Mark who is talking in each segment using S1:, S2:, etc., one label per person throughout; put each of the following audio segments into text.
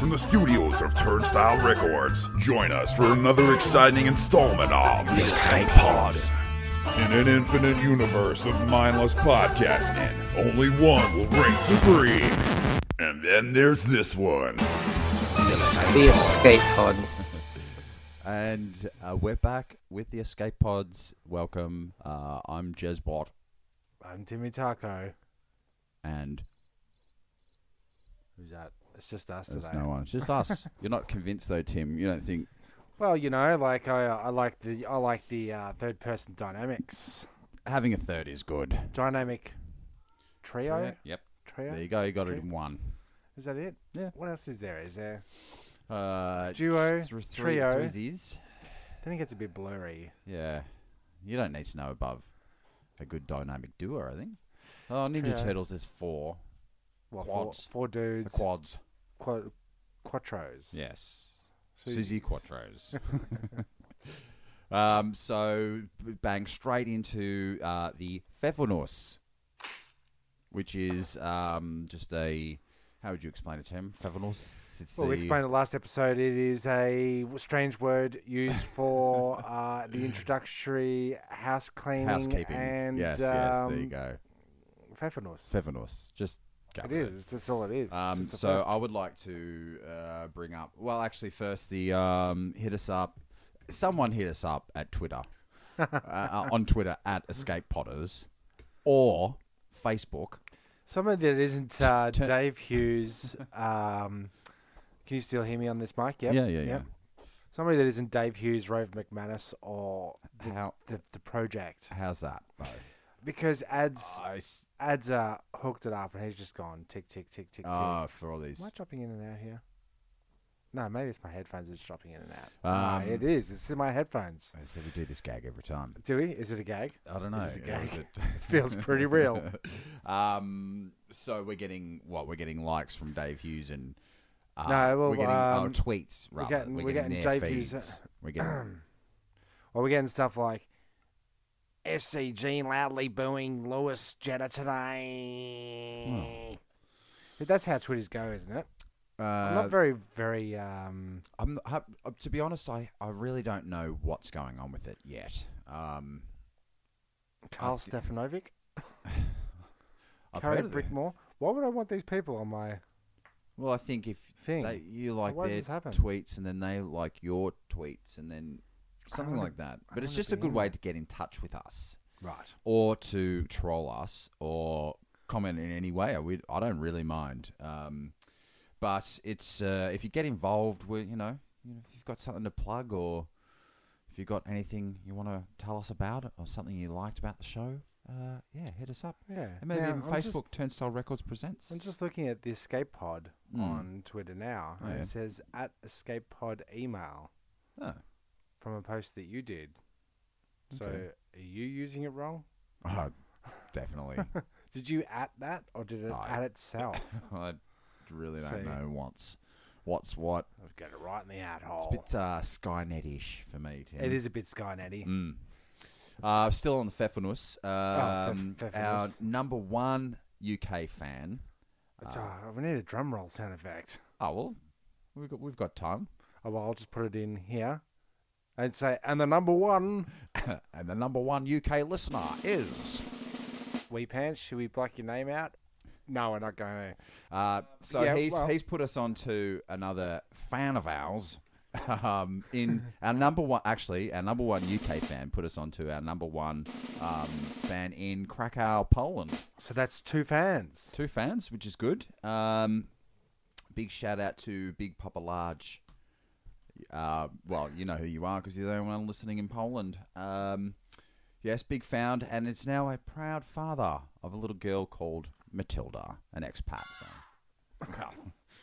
S1: from the studios of Turnstile Records. Join us for another exciting installment of The Escape Pod. In an infinite universe of mindless podcasting, only one will reign supreme. And then there's this one.
S2: The escape pod.
S3: And uh, we're back with the escape pods. Welcome. Uh, I'm Jezbot,
S4: I'm Timmy Taco.
S3: and
S4: Who's that? It's just us
S3: there's
S4: today.
S3: no one. It's just us. You're not convinced though, Tim. You don't think?
S4: Well, you know, like I, uh, I like the, I like the uh, third person dynamics,
S3: Having a third is good.
S4: dynamic trio,
S3: Yep.
S4: trio.
S3: There you go. You got it
S4: Trio.
S3: in one.
S4: Is that it?
S3: Yeah.
S4: What else is there? Is there?
S3: Uh,
S4: Duo,
S3: th- three-
S4: trio.
S3: threesies.
S4: I think it's a bit blurry.
S3: Yeah. You don't need to know above a good dynamic duo, I think. Oh, Ninja
S4: Trio.
S3: Turtles is four.
S4: Well,
S3: Quads.
S4: Four, four
S3: The
S4: dudes.
S3: quads.
S4: Qua- quattros.
S3: Yes.
S4: Suzies.
S3: Suzy Quattros. um, so, b- bang straight into uh, the Fevonos, which is um, just a. How would you explain it, Tim? Fevonos? It's
S4: Well, we
S3: the-
S4: explained it last episode. It is a strange word used for uh, the introductory house cleaning
S3: Housekeeping.
S4: and
S3: yes, yes, there you
S4: um,
S3: go.
S4: Fafanos.
S3: Fevonos. Just. go
S4: It
S3: with
S4: is. It's just all it is. It's
S3: Um,
S4: just the
S3: so
S4: first-
S3: I would like to uh, bring up. Well, actually, first the um, hit us up. Someone hit us up at Twitter, uh, uh, on Twitter at Escape Potters, or Facebook.
S4: Someone that isn't uh,
S3: Turn-
S4: Dave Hughes. Um, can you still hear me on this mic? Yep.
S3: Yeah, yeah,
S4: yep. Somebody that isn't Dave Hughes, Rove McManus, or
S3: yeah. How
S4: the, the project,
S3: how's that? Bo?
S4: because ads
S3: I s-
S4: ads uh, hooked it up, and he's just gone tick tick tick tick tick.
S3: ah, for all these.
S4: Am I dropping in and out here? No, maybe it's my headphones that's dropping in and out. Ah,
S3: Um,
S4: it is. It's in my headphones.
S3: I said we do this gag every time.
S4: Do we? Is it a gag?
S3: I don't know.
S4: it a
S3: Yeah,
S4: gag?
S3: is it-
S4: Feels pretty real.
S3: um, so we're getting what we're getting likes from Dave Hughes and uh,
S4: No, well,
S3: we're getting oh,
S4: um,
S3: tweets. Rather.
S4: getting- we're getting
S3: their
S4: Dave Hughes, uh,
S3: feeds. We're getting
S4: Well, we're getting stuff like SCG loudly booing Lewis Jetta today. But Hmm. That's how Twitter's go, isn't it? I'm
S3: uh,
S4: not very, very. Um,
S3: I'm I, uh, to be honest, I, I really don't know what's going on with it yet. Um,
S4: Carl
S3: thi-
S4: Stefanovic,
S3: I've
S4: Carrie
S3: heard of them.
S4: Brickmore. Why would I want these people on my
S3: Well, I think if
S4: thing?
S3: they, you like
S4: why does
S3: their
S4: this happen?
S3: tweets and then they like your tweets and then something
S4: wanna-
S3: like that,
S4: I
S3: but it's
S4: wanna
S3: just a
S4: be
S3: good
S4: in
S3: way
S4: there.
S3: to get in touch with us
S4: right.
S3: or to troll us or comment in any way. I, would, I don't really mind. Um, but it's uh, if you get involved, we you know, you know, if you've got something to plug or if you've got anything you want to tell us about or something you liked about the show, uh, yeah, hit us up.
S4: Yeah.
S3: And maybe
S4: Now,
S3: even
S4: I'm
S3: Facebook
S4: just-
S3: Turnstile Records presents.
S4: I'm just looking at the escape pod
S3: Mm.
S4: on Twitter now,
S3: Oh,
S4: and
S3: yeah.
S4: it says at escape pod email
S3: Oh,
S4: from a post that you did. So,
S3: Okay.
S4: are you using it wrong?
S3: oh, definitely.
S4: Did you at that, or did it
S3: I-
S4: at itself?
S3: I really don't
S4: See.
S3: know what's what's what.
S4: I've got it right in the out
S3: It's
S4: hole.
S3: a bit uh, Skynet-ish for me, Tim.
S4: Oh. It is a bit Skynetty.
S3: Mm. Uh, still on the Fefanus.
S4: Oh,
S3: Um,
S4: Fef-
S3: our
S4: Fefanus. y
S3: number one UK fan.
S4: we need a drum roll sound effect.
S3: Oh well, we've got we've got time.
S4: Oh, well, I'll just put it in here and say, and the number one,
S3: and the number one UK listener is.
S4: wee pants, should we black your name out? No, we're not going to.
S3: Uh, so
S4: Yeah,
S3: he's
S4: well-
S3: he's put us on to another fan of ours. Um, in our number one, actually, our number one UK fan put us on to our number one um, fan in Krakow, Poland.
S4: So that's two fans.
S3: Two fans, which is good. Um, big shout out to Big Papa Large. Uh, well, you know who you are because you're the only one listening in Poland. Um, yes, big found, and it's now a proud father of a little girl called Matilda, an expat.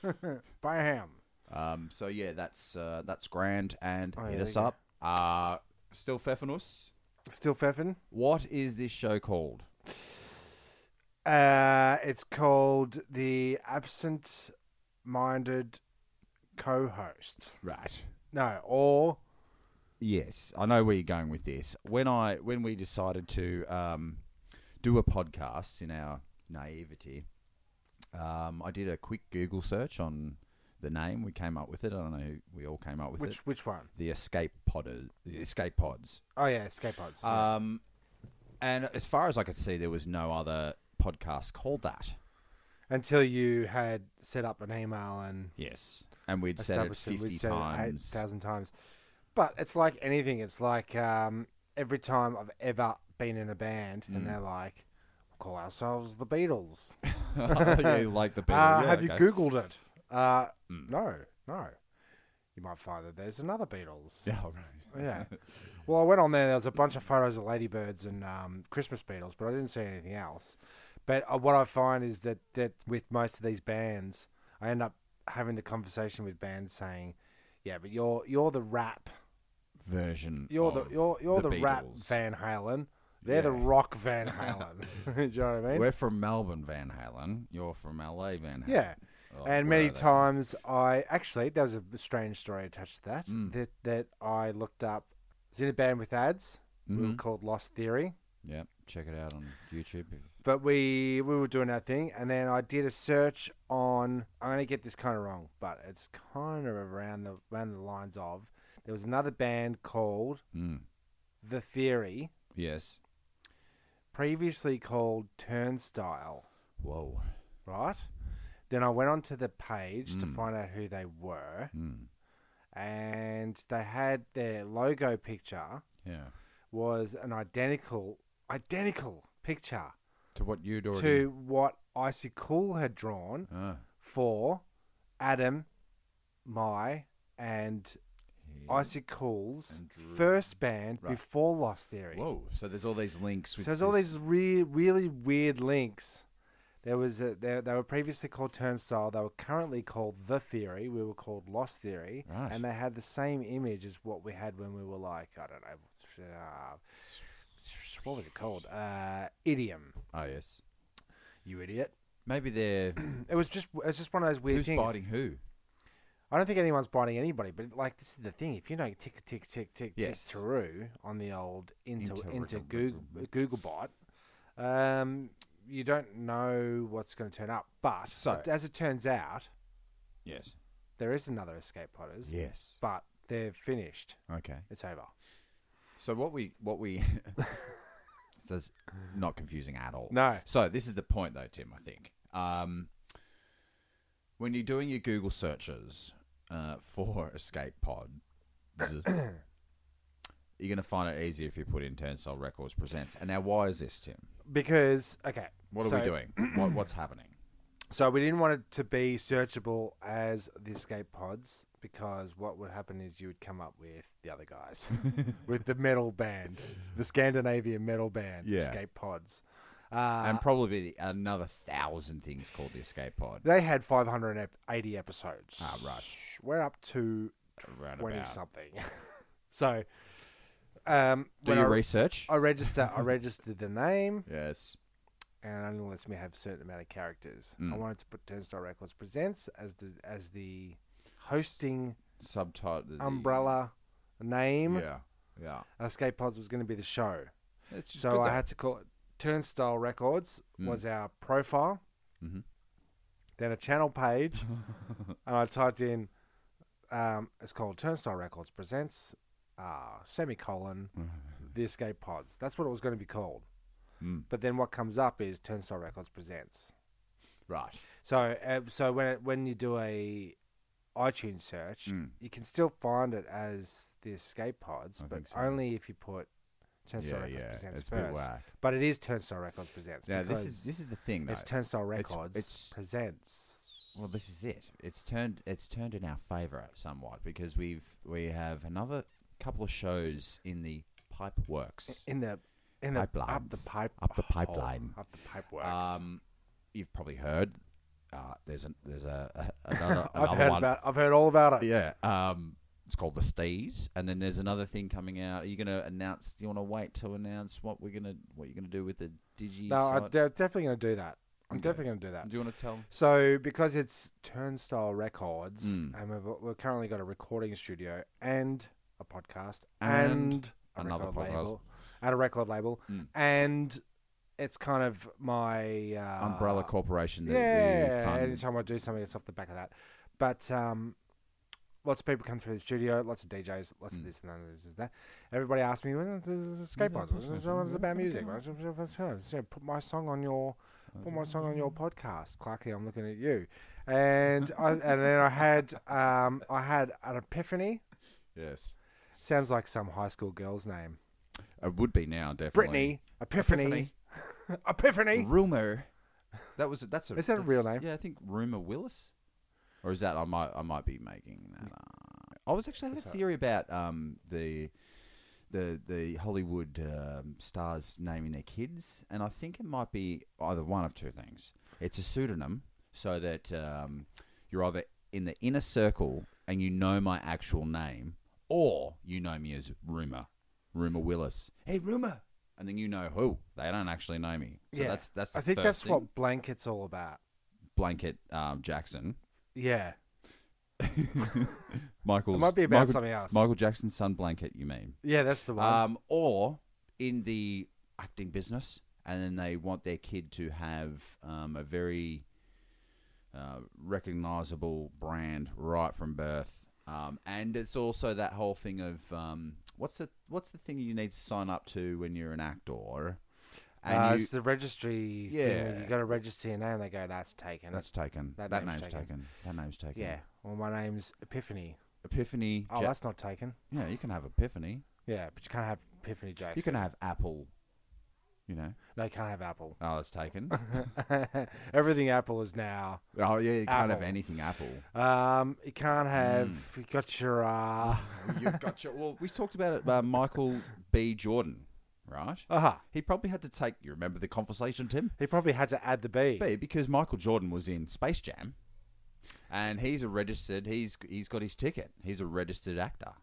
S3: So.
S4: Bam.
S3: Um, so yeah, that's uh, that's grand. And
S4: Oh, yeah,
S3: hit
S4: there
S3: us
S4: you go.
S3: up. Uh, still Fefanus.
S4: Still feffing.
S3: What is this show called?
S4: Uh, it's called the absent minded co host.
S3: Right.
S4: No, or
S3: Yes, I know where you're going with this. When I when we decided to um, do a podcast in our naivety, um, I did a quick Google search on the name. We came up with it. I don't know. who We all came up with
S4: Which
S3: it.
S4: which one?
S3: The escape podders, the escape pods.
S4: Oh yeah, escape pods.
S3: Um, and as far as I could see, there was no other podcast called that.
S4: Until you had set up an email and
S3: Yes, and we'd said it
S4: established it,
S3: fifty
S4: we'd said it eight
S3: times.
S4: thousand times. But it's like anything. It's like um, every time I've ever been in a band,
S3: Mm.
S4: and they're like, "We'll call ourselves the Beatles."
S3: yeah, like the Beatles.
S4: Uh,
S3: yeah,
S4: have
S3: okay. Mm.
S4: you Googled it? Uh, No, no. You might find that there's another Beatles.
S3: Yeah, all right.
S4: Yeah. Well, I went on there. There was a bunch of photos of ladybirds and um, Christmas beetles, but I didn't see anything else. But uh, what I find is that that with most of these bands, I end up having the conversation with bands saying, "Yeah, but you're you're the rap,
S3: Version.
S4: you're the
S3: of
S4: you're you're the, rap
S3: Beatles.
S4: Van Halen. They're the
S3: Yeah.
S4: rock Van Halen. Do you know what I mean?
S3: We're from Melbourne, Van Halen. You're from LA, Van Halen.
S4: yeah.
S3: Oh,
S4: and
S3: where
S4: many
S3: are they?
S4: times I actually there was a strange story attached to that
S3: Hmm.
S4: that that I looked up. I was in a band with ads. We were
S3: Mhm.
S4: called Lost Theory.
S3: Yep. Check it out on YouTube.
S4: but we we were doing our thing, and then I did a search on. I'm gonna get this kind of wrong, but it's kind of around the around the lines of. There was another band called
S3: Mm.
S4: The Theory,
S3: Yes.
S4: previously called Turnstile,
S3: Whoa.
S4: right? Then I went onto the page to find out who they were,
S3: Mm.
S4: and they had their logo picture
S3: Yeah.
S4: was an identical identical picture
S3: To what you'd already.
S4: to what Icy Cool had drawn.
S3: Ah,
S4: for Adam, my, and
S3: yeah.
S4: Icy Cool's
S3: And Drew.
S4: first band
S3: Right.
S4: before Lost Theory.
S3: Whoa. So there's all these links.
S4: So
S3: With
S4: there's all
S3: this-
S4: these re- really weird links. There was a, they, they were previously called Turnstile. They were currently called The Theory. We were called Lost Theory,
S3: Right.
S4: and they had the same image as what we had when we were like I don't know, uh, what was it called? Uh, idiom.
S3: Oh yes.
S4: You idiot.
S3: Maybe they're.
S4: It was just it was just one of those weird
S3: Who's
S4: things.
S3: biting who?
S4: I don't think anyone's biting anybody, but like this is the thing: if you don't tick tick tick tick
S3: Yes.
S4: tick through on the old into
S3: Inter-
S4: into Google Googlebot, um, you don't know what's going to turn up. But
S3: So-
S4: as it turns out,
S3: Yes.
S4: there is another Escape Potters,
S3: Yes.
S4: but they're finished.
S3: Okay.
S4: It's over.
S3: So what we what we that's not confusing at all.
S4: No.
S3: So this is the point though, Tim. I think um, when you're doing your Google searches uh, for escape pod, you're going to find it easier if you put in Turnstile Records presents. And now, why is this, Tim?
S4: Because okay,
S3: What are
S4: so-
S3: we doing? what, what's happening?
S4: So we didn't want it to be searchable as the escape pods because what would happen is you would come up with the other guys with the metal band, the Scandinavian metal band,
S3: Yeah.
S4: escape pods. Uh,
S3: and probably another thousand things called the escape pod.
S4: they had 580 episodes.
S3: Ah, right.
S4: We're up to
S3: Around
S4: 20
S3: about.
S4: something. so um,
S3: Do
S4: when
S3: your
S4: I,
S3: research.
S4: I register, I registered the name
S3: yes.
S4: and it only lets me have a certain amount of characters. I
S3: Mm.
S4: wanted to put Turnstile Records Presents as the as the hosting
S3: Subtitle. the-
S4: umbrella name.
S3: Yeah. Yeah.
S4: Escape Pods was going to be the show.
S3: It's
S4: so
S3: good
S4: I
S3: though. Mm.
S4: had to call it Turnstile Records was our profile.
S3: Mhm.
S4: Then a channel page. and I typed in, um, it's called Turnstile Records Presents, uh, semicolon, The Escape Pods. That's what it was going to be called.
S3: Mm.
S4: But then what comes up is Turnstile Records Presents.
S3: right.
S4: So, uh, so when it, when you do a iTunes search,
S3: Mm.
S4: you can still find it as the Escape Pods,
S3: I
S4: but
S3: think so.
S4: only if you put Turnstile Records Presents
S3: it's a bit
S4: first.
S3: whack.
S4: But it is Turnstile Records Presents.
S3: Now
S4: because
S3: this is this is the thing though.
S4: it's Turnstile Records
S3: it's-
S4: Presents.
S3: well, this is it. It's turned it's turned in our favour somewhat because we've we have another couple of shows in the pipe works.
S4: In the in the up the
S3: Pipelines.
S4: pipe
S3: Up the
S4: hole,
S3: pipeline.
S4: up the pipe works.
S3: Um, you've probably heard. Uh, there's a there's a, a another
S4: I've
S3: another
S4: heard
S3: one.
S4: about I've heard all about it.
S3: yeah. Um, it's called the Stees, and then there's another thing coming out. Are you going to announce? Do you want to wait to announce what we're going to what you're going to do with the digi?
S4: No, I'm
S3: site?
S4: de- definitely going to do that. I'm definitely going to do that.
S3: Do you want to tell?
S4: So, because it's Turnstile Records,
S3: Mm.
S4: and we've, we've currently got a recording studio and a podcast and,
S3: And
S4: a
S3: another
S4: record
S3: podcast.
S4: label and a record label,
S3: Mm.
S4: and it's kind of my uh,
S3: Umbrella Corporation. That we
S4: Yeah,
S3: fund.
S4: anytime I do something, it's off the back of that. But um, lots of people come through the studio, lots of DJs, lots
S3: Mm.
S4: of this and that, and this and that. Everybody asks me, well, this is skate pods, this is it's about music. So Put my song on your, put my song on your podcast, Clarky. I'm looking at you, and I, and then I had um, I had an epiphany.
S3: Yes.
S4: Sounds like some high school girl's name,
S3: It would be now, definitely.
S4: Brittany. Epiphany. Epiphany.
S3: Rumor. That was that's a
S4: Is that a real
S3: that's-
S4: name?
S3: Yeah, I think Rumor Willis, or is that I might I might be making that. Up. I was actually I had a theory about um the the the Hollywood um, stars naming their kids, and I think it might be either one of two things. It's a pseudonym, so that um, you're either in the inner circle and you know my actual name, or you know me as Rumor, Rumor Willis. Hey, Rumor. And then you know who they don't actually know me. So that's that's. The
S4: I think
S3: first
S4: that's
S3: thing
S4: what blankets all about.
S3: blanket um, Jackson.
S4: Yeah.
S3: Michael's,
S4: It might be about
S3: Michael,
S4: something else.
S3: Michael Jackson's son blanket, you mean?
S4: Yeah, that's the one.
S3: Um, or in the acting business, and then they want their kid to have um, a very uh, recognizable brand right from birth. Um, and it's also that whole thing of um, what's the what's the thing you need to sign up to when you're an actor, and
S4: uh,
S3: you-
S4: it's the registry. thing where
S3: Yeah.
S4: you got to register your name. They go, that's taken.
S3: that's taken. That,
S4: that
S3: name's,
S4: name's
S3: taken.
S4: taken.
S3: That name's taken.
S4: yeah. Well, my name's Epiphany.
S3: Epiphany.
S4: Oh,
S3: Ja-
S4: that's not taken.
S3: yeah, you can have Epiphany.
S4: Yeah, but you can't have Epiphany Jackson.
S3: You can have Apple. You know.
S4: No, you can't have Apple.
S3: Oh, that's taken.
S4: Everything Apple is now.
S3: oh yeah, you can't have
S4: Apple.
S3: anything Apple.
S4: Um, you can't have.
S3: Hmm.
S4: You got your. Uh,
S3: You've got your. Well, we talked about it. Uh, Michael B. Jordan, right?
S4: uh-huh.
S3: He probably had to take. You remember the conversation, Tim?
S4: He probably had to add the B.
S3: B, because Michael Jordan was in Space Jam, and he's a registered. He's he's got his ticket. He's a registered actor.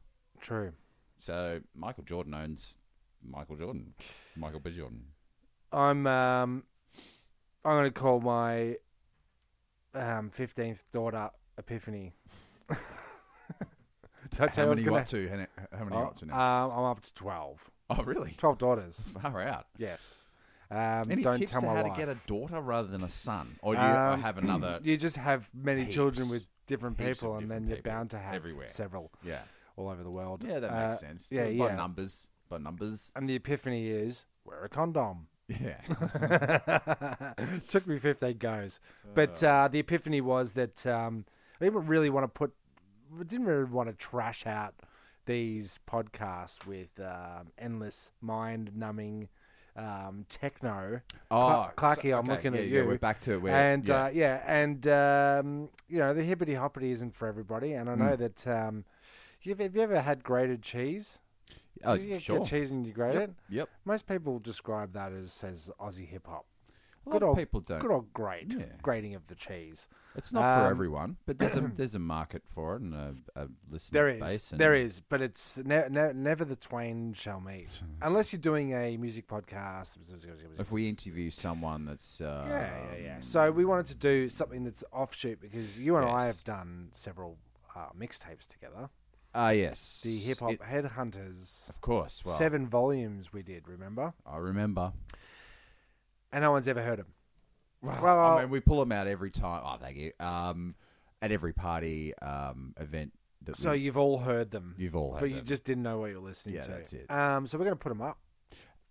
S4: True.
S3: So Michael Jordan owns Michael Jordan, Michael B. Jordan.
S4: I'm. Um, I'm going to call my um, 15th daughter Epiphany. Did I tell you I was gonna-
S3: to? How many
S4: Oh, Um, I'm up to 12.
S3: oh, really?
S4: 12 daughters.
S3: Far out.
S4: Yes. Um,
S3: Any
S4: don't
S3: tips
S4: tell
S3: to
S4: my
S3: how
S4: wife.
S3: to get a daughter rather than a son, or do you or
S4: Um,
S3: have another?
S4: You just have many children
S3: Heaps.
S4: with different
S3: Heaps of
S4: people, and
S3: different
S4: then you're
S3: people
S4: bound to have
S3: everywhere.
S4: several
S3: yeah,
S4: all over the world.
S3: yeah, that
S4: Uh,
S3: makes sense.
S4: Yeah,
S3: by
S4: yeah.
S3: numbers, by numbers.
S4: And the epiphany is wear a condom.
S3: Yeah,
S4: Took me 15 goes. But uh, the epiphany was that um, I didn't really want to put, didn't really want to trash out these podcasts with um, endless mind numbing um, techno.
S3: Oh,
S4: Cla- Clarky,
S3: so-
S4: I'm
S3: okay,
S4: looking
S3: yeah,
S4: at
S3: yeah,
S4: you.
S3: we're back to where-
S4: And
S3: yeah.
S4: Uh, yeah, and um, you know the hippity hoppity isn't for everybody, and I
S3: Mm.
S4: know that. Um, you've, have you ever had grated cheese?
S3: oh,
S4: you get
S3: sure.
S4: cheese and you grate
S3: Yep,
S4: it.
S3: yep.
S4: Most people describe that as as Aussie hip hop.
S3: A lot of people don't.
S4: Good old grate,
S3: Yeah.
S4: grating of the cheese.
S3: It's not for
S4: Um,
S3: everyone, but there's a there's a market for it and a, a listener
S4: There is,
S3: base. And
S4: there is, but it's ne- ne- never the twain shall meet, unless you're doing a music podcast.
S3: If we interview someone that's uh,
S4: Yeah, yeah, yeah. So we wanted to do something that's offshoot because you and I
S3: Yes.
S4: have done several uh, mixtapes together.
S3: Ah, yes,
S4: The Hip Hop
S3: It-
S4: Headhunters,
S3: of course. Well,
S4: seven volumes we did, remember?
S3: I remember.
S4: And no one's ever heard them. Well,
S3: I mean, we pull them out every time. Oh, thank you. Um, at every party um event that
S4: so
S3: we,
S4: you've all heard them.
S3: You've all heard
S4: But you
S3: them.
S4: just didn't know what you're listening
S3: Yeah,
S4: to.
S3: that's it.
S4: Um, so we're going to put them up.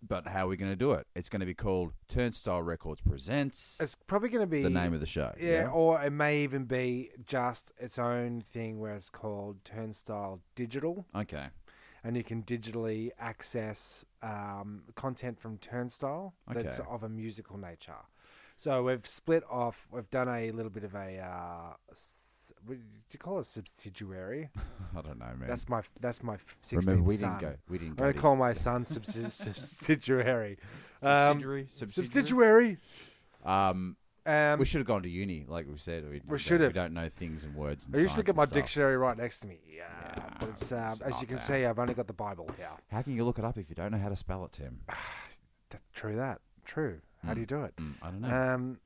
S3: But how are we going to do it? It's going to be called Turnstile Records Presents.
S4: It's probably going to be
S3: the name of the show.
S4: Yeah, or it may even be just its own thing where it's called Turnstile Digital,
S3: Okay.
S4: and you can digitally access um, content from Turnstile that's
S3: Okay.
S4: of a musical nature. So we've split off. We've done a little bit of a. Uh, s- what do you call it subsidiary?
S3: I don't know, man.
S4: That's my that's my sixteenth
S3: Remember, we
S4: son.
S3: didn't go. We didn't
S4: I'm
S3: go.
S4: gonna
S3: to-
S4: call my son subsi- subsidiary. Um,
S3: subsidiary. subsidiary.
S4: subsidiary.
S3: Um,
S4: Um,
S3: we should have gone to uni, like we said. We, don't-
S4: should
S3: We
S4: have.
S3: don't know things and words. And
S4: I usually
S3: science
S4: get
S3: and
S4: my
S3: stuff.
S4: dictionary right next to me. Yeah,
S3: Yeah,
S4: but it's, uh,
S3: it's
S4: as
S3: not
S4: you can
S3: that.
S4: see, I've only got the Bible here.
S3: How can you look it up if you don't know how to spell it, Tim?
S4: Th- True that. True. How do you do it?
S3: Mm, I don't know.
S4: Um,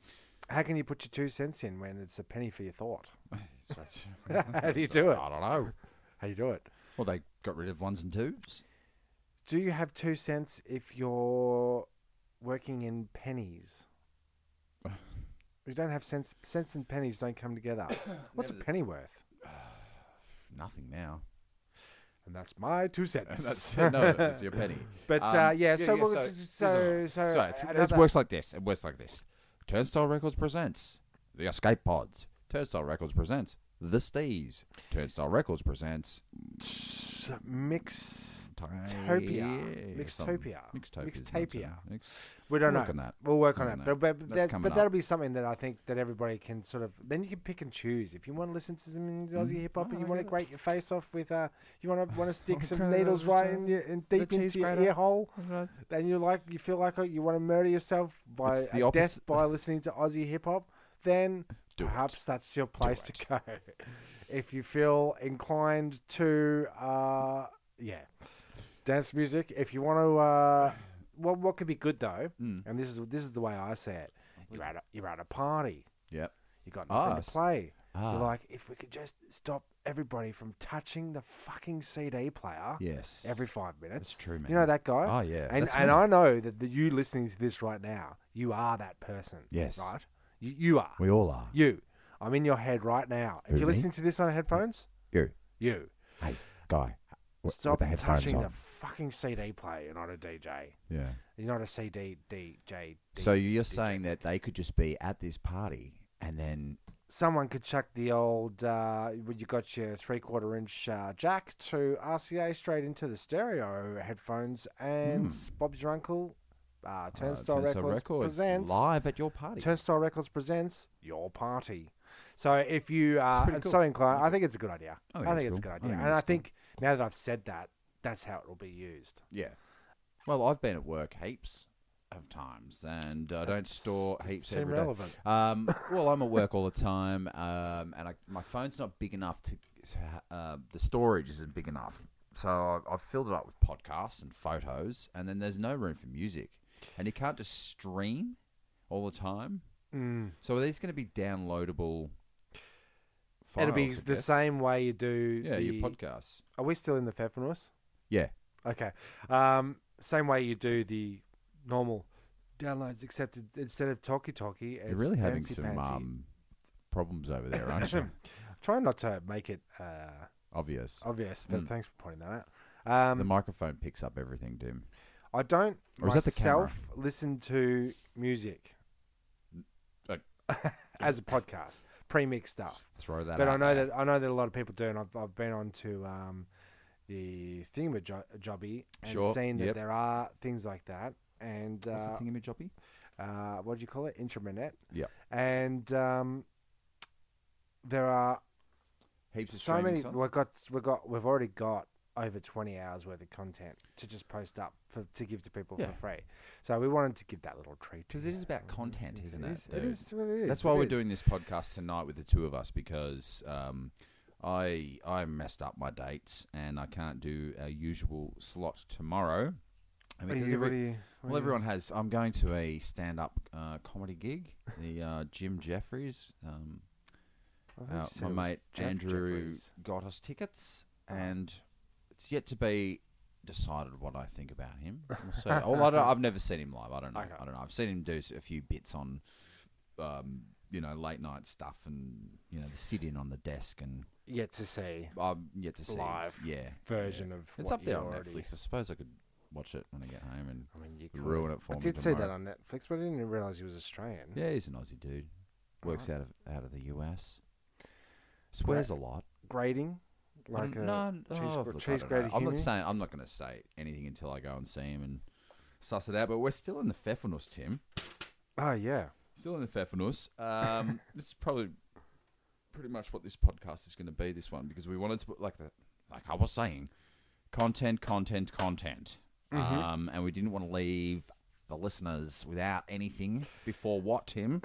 S4: how can you put your two cents in when it's a penny for your thought?
S3: That's-
S4: How do you do it?
S3: I don't know.
S4: How do you do it?
S3: Well, they got rid of ones and twos.
S4: Do you have two cents if you're working in pennies? You don't have cents. Cents and pennies don't come together. What's a
S3: Never-
S4: penny worth?
S3: Nothing now.
S4: And that's my two cents.
S3: That's, no, it's your penny.
S4: but
S3: Um,
S4: uh, yeah, so we'll-
S3: so,
S4: so so,
S3: so it's, it
S4: another-
S3: works like this. It works like this. Turnstile Records presents the Escape Pods. Turnstile Records presents the Stees. Turnstile Records presents
S4: Mixtopia.
S3: Yeah, something.
S4: Mixtopia.
S3: Mixtopia. is not
S4: Mixtopia.
S3: too- mix-
S4: We
S3: We'll
S4: don't know.
S3: work on that.
S4: We'll work on
S3: I
S4: it.
S3: don't know.
S4: But, but,
S3: That's
S4: that,
S3: coming
S4: but
S3: up.
S4: that'll be something that I think that everybody can sort of. Then you can pick and choose. If you want to listen to some
S3: Mm-hmm.
S4: Aussie hip hop and you want to grate your face off with, uh, you want to want to stick some
S3: Okay,
S4: needles right in
S3: okay.
S4: your in deep
S3: cheese
S4: into your
S3: grater.
S4: ear hole, then you like you feel like uh, you want to murder yourself by
S3: It's the
S4: a death
S3: opposite-
S4: by listening to Aussie hip hop. Then
S3: Do it.
S4: perhaps that's your place to go. if you feel inclined to, uh, yeah dance music. If you want to, uh, what what could be good though,
S3: Hmm.
S4: and this is this is the way I say it. You're at a, you're at a party.
S3: Yep.
S4: You got nothing
S3: Ah,
S4: to
S3: s-
S4: play.
S3: ah.
S4: You're like, if we could just stop everybody from touching the fucking CD player.
S3: Yes.
S4: Every five minutes.
S3: That's true,
S4: You know
S3: man.
S4: that guy?
S3: Oh, yeah,
S4: And
S3: that's
S4: and
S3: me.
S4: I know that the, you listening to this right now, you are that person.
S3: Yes.
S4: Right? You, you are.
S3: We all are.
S4: you. I'm in your head right now. If
S3: Who,
S4: you're
S3: me?
S4: listening to this on headphones,
S3: You.
S4: you.
S3: Hey, guy. w-
S4: Stop
S3: with the headphones
S4: touching
S3: on.
S4: the fucking CD player. You're not a DJ.
S3: yeah.
S4: You're not a CD DJ.
S3: So you're saying that they could just be at this party and then uh,
S4: someone could chuck the old uh, when you got your three quarter inch uh, jack to RCA straight into the stereo headphones and Bob's your uncle. Uh, Turnstile
S3: Hmm. Turnstile
S4: Records, presents
S3: live at your party.
S4: Turnstile Records presents your party. So if you are
S3: pretty cool.
S4: so inclined, I think it's a good idea.
S3: I
S4: I
S3: think
S4: think,
S3: it's
S4: it's
S3: cool.
S4: a
S3: I
S4: good
S3: think
S4: idea, and
S3: that's
S4: I
S3: cool.
S4: think now that I've said that, that's how it will be used.
S3: yeah. Well, I've been at work heaps of times, and I don't store
S4: doesn't
S3: heaps
S4: seem
S3: every day.
S4: relevant.
S3: Um, well, I'm at work all the time, um, and I, my phone's not big enough to. Uh, the storage isn't big enough, so I- I've filled it up with podcasts and photos, and then there's no room for music, and you can't just stream all the time.
S4: Mm.
S3: So are these going to be downloadable? Files,
S4: It'll be
S3: I
S4: the
S3: guess?
S4: same way you do.
S3: Yeah,
S4: the,
S3: your podcasts.
S4: Are we still in the Fefanus?
S3: Yeah,
S4: Okay. Um, same way you do the normal downloads, except it- instead of talkie talkie, it's
S3: you're really having
S4: fancy
S3: some
S4: pantsy.
S3: um, problems over there, aren't you?
S4: Try not to make it uh,
S3: Obvious.
S4: obvious, but
S3: Mm.
S4: thanks for pointing that out.
S3: the
S4: Um,
S3: microphone picks up everything, Dim.
S4: I don't
S3: Or is that the camera?
S4: myself listen to music
S3: Like,
S4: as a podcast, pre-mixed stuff.
S3: Uh, throw that.
S4: But I
S3: out
S4: know
S3: there.
S4: that I know that a lot of people do, and I've, I've been on to um, the Thingamajobby and
S3: Sure,
S4: seen that
S3: yep.
S4: there are things like that. And
S3: What's
S4: uh,
S3: the thingamajoppy?
S4: uh, what do you call it? Intranet.
S3: Yep.
S4: And um, there are
S3: Heaps of
S4: so many.
S3: streaming sites.
S4: We've got we've got we've already got over twenty hours worth of content to just post up for to give to people
S3: Yeah.
S4: for free. So we wanted to give that little treat
S3: Because
S4: to
S3: it is about content, isn't it?
S4: is- It
S3: dude?
S4: is what it is.
S3: That's why
S4: it
S3: we're
S4: is.
S3: doing this podcast tonight with the two of us because um, I I messed up my dates and I can't do our usual slot tomorrow. And
S4: Are
S3: because
S4: you
S3: every-
S4: ready?
S3: well, everyone has. I'm going to a stand-up uh, comedy gig. The uh, Jim Jeffries, um,
S4: I thought you
S3: uh,
S4: said
S3: my
S4: it was
S3: mate
S4: Oh, Jeff
S3: Andrew,
S4: Jeffries. Oh.
S3: got us tickets, and it's yet to be decided what I think about him. So, well, I don't, I've never seen him live. I don't know.
S4: Okay.
S3: I don't know. I've seen him do a few bits on, um, you know, late night stuff, and you know, the sit in on the desk, and
S4: Yet to see
S3: I'm yet to see.
S4: live
S3: yeah,
S4: version of
S3: it's
S4: what
S3: up there
S4: you
S3: on
S4: already-
S3: Netflix. I suppose I could watch it when I get home and
S4: I mean, you could.
S3: ruin it for
S4: I
S3: me.
S4: did see that
S3: tomorrow.
S4: on Netflix, but I didn't realize he was Australian.
S3: Yeah, he's an Aussie dude. Works out
S4: Uh-huh.
S3: of out of the US. Swears a lot.
S4: Grading, like
S3: Um,
S4: a
S3: no,
S4: cheese,
S3: oh,
S4: gr-
S3: look, I
S4: cheese
S3: don't know.
S4: grater.
S3: I'm not
S4: humour.
S3: saying I'm not going to say anything until I go and see him and suss it out. But we're still in the Fefanus, Tim.
S4: Oh yeah.
S3: Still in the Fefanus. Um, this is probably pretty much what this podcast is going to be. This one because we wanted to put like the like I was saying, content, content, content,
S4: Mm-hmm.
S3: um, and we didn't want to leave the listeners without anything before what Tim.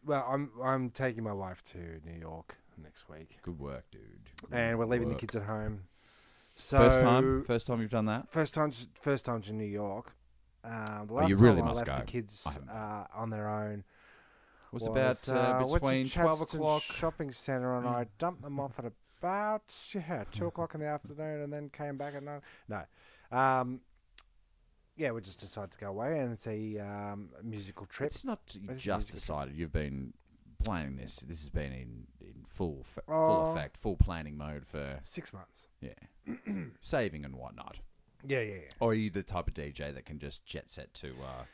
S4: Well, I'm I'm taking my wife to New York next week,
S3: Good work, dude. Good
S4: and we're leaving
S3: work.
S4: the kids at home. So
S3: First time, first time you've done that.
S4: first time, to- first time to New York. Um, the
S3: Well,
S4: last
S3: Oh, you really
S4: time
S3: must
S4: I left
S3: go.
S4: the kids
S3: I haven't.
S4: uh, on their own
S3: was,
S4: was,
S3: about
S4: uh,
S3: uh,
S4: went to
S3: between twelve
S4: Chadstone
S3: o'clock. Mm.
S4: shopping centre, and I dumped them off at about yeah two o'clock in the afternoon, and then came back at nine. No, um, yeah, we just decided to go away and it's a um, musical trip.
S3: It's not
S4: just
S3: just
S4: music.
S3: decided. You've been planning this. This has been in, in full f-
S4: Oh.
S3: full effect, full planning mode for
S4: Six months.
S3: yeah, saving and whatnot.
S4: Yeah, yeah, yeah.
S3: Or are you the type of DJ that can just jet set to uh,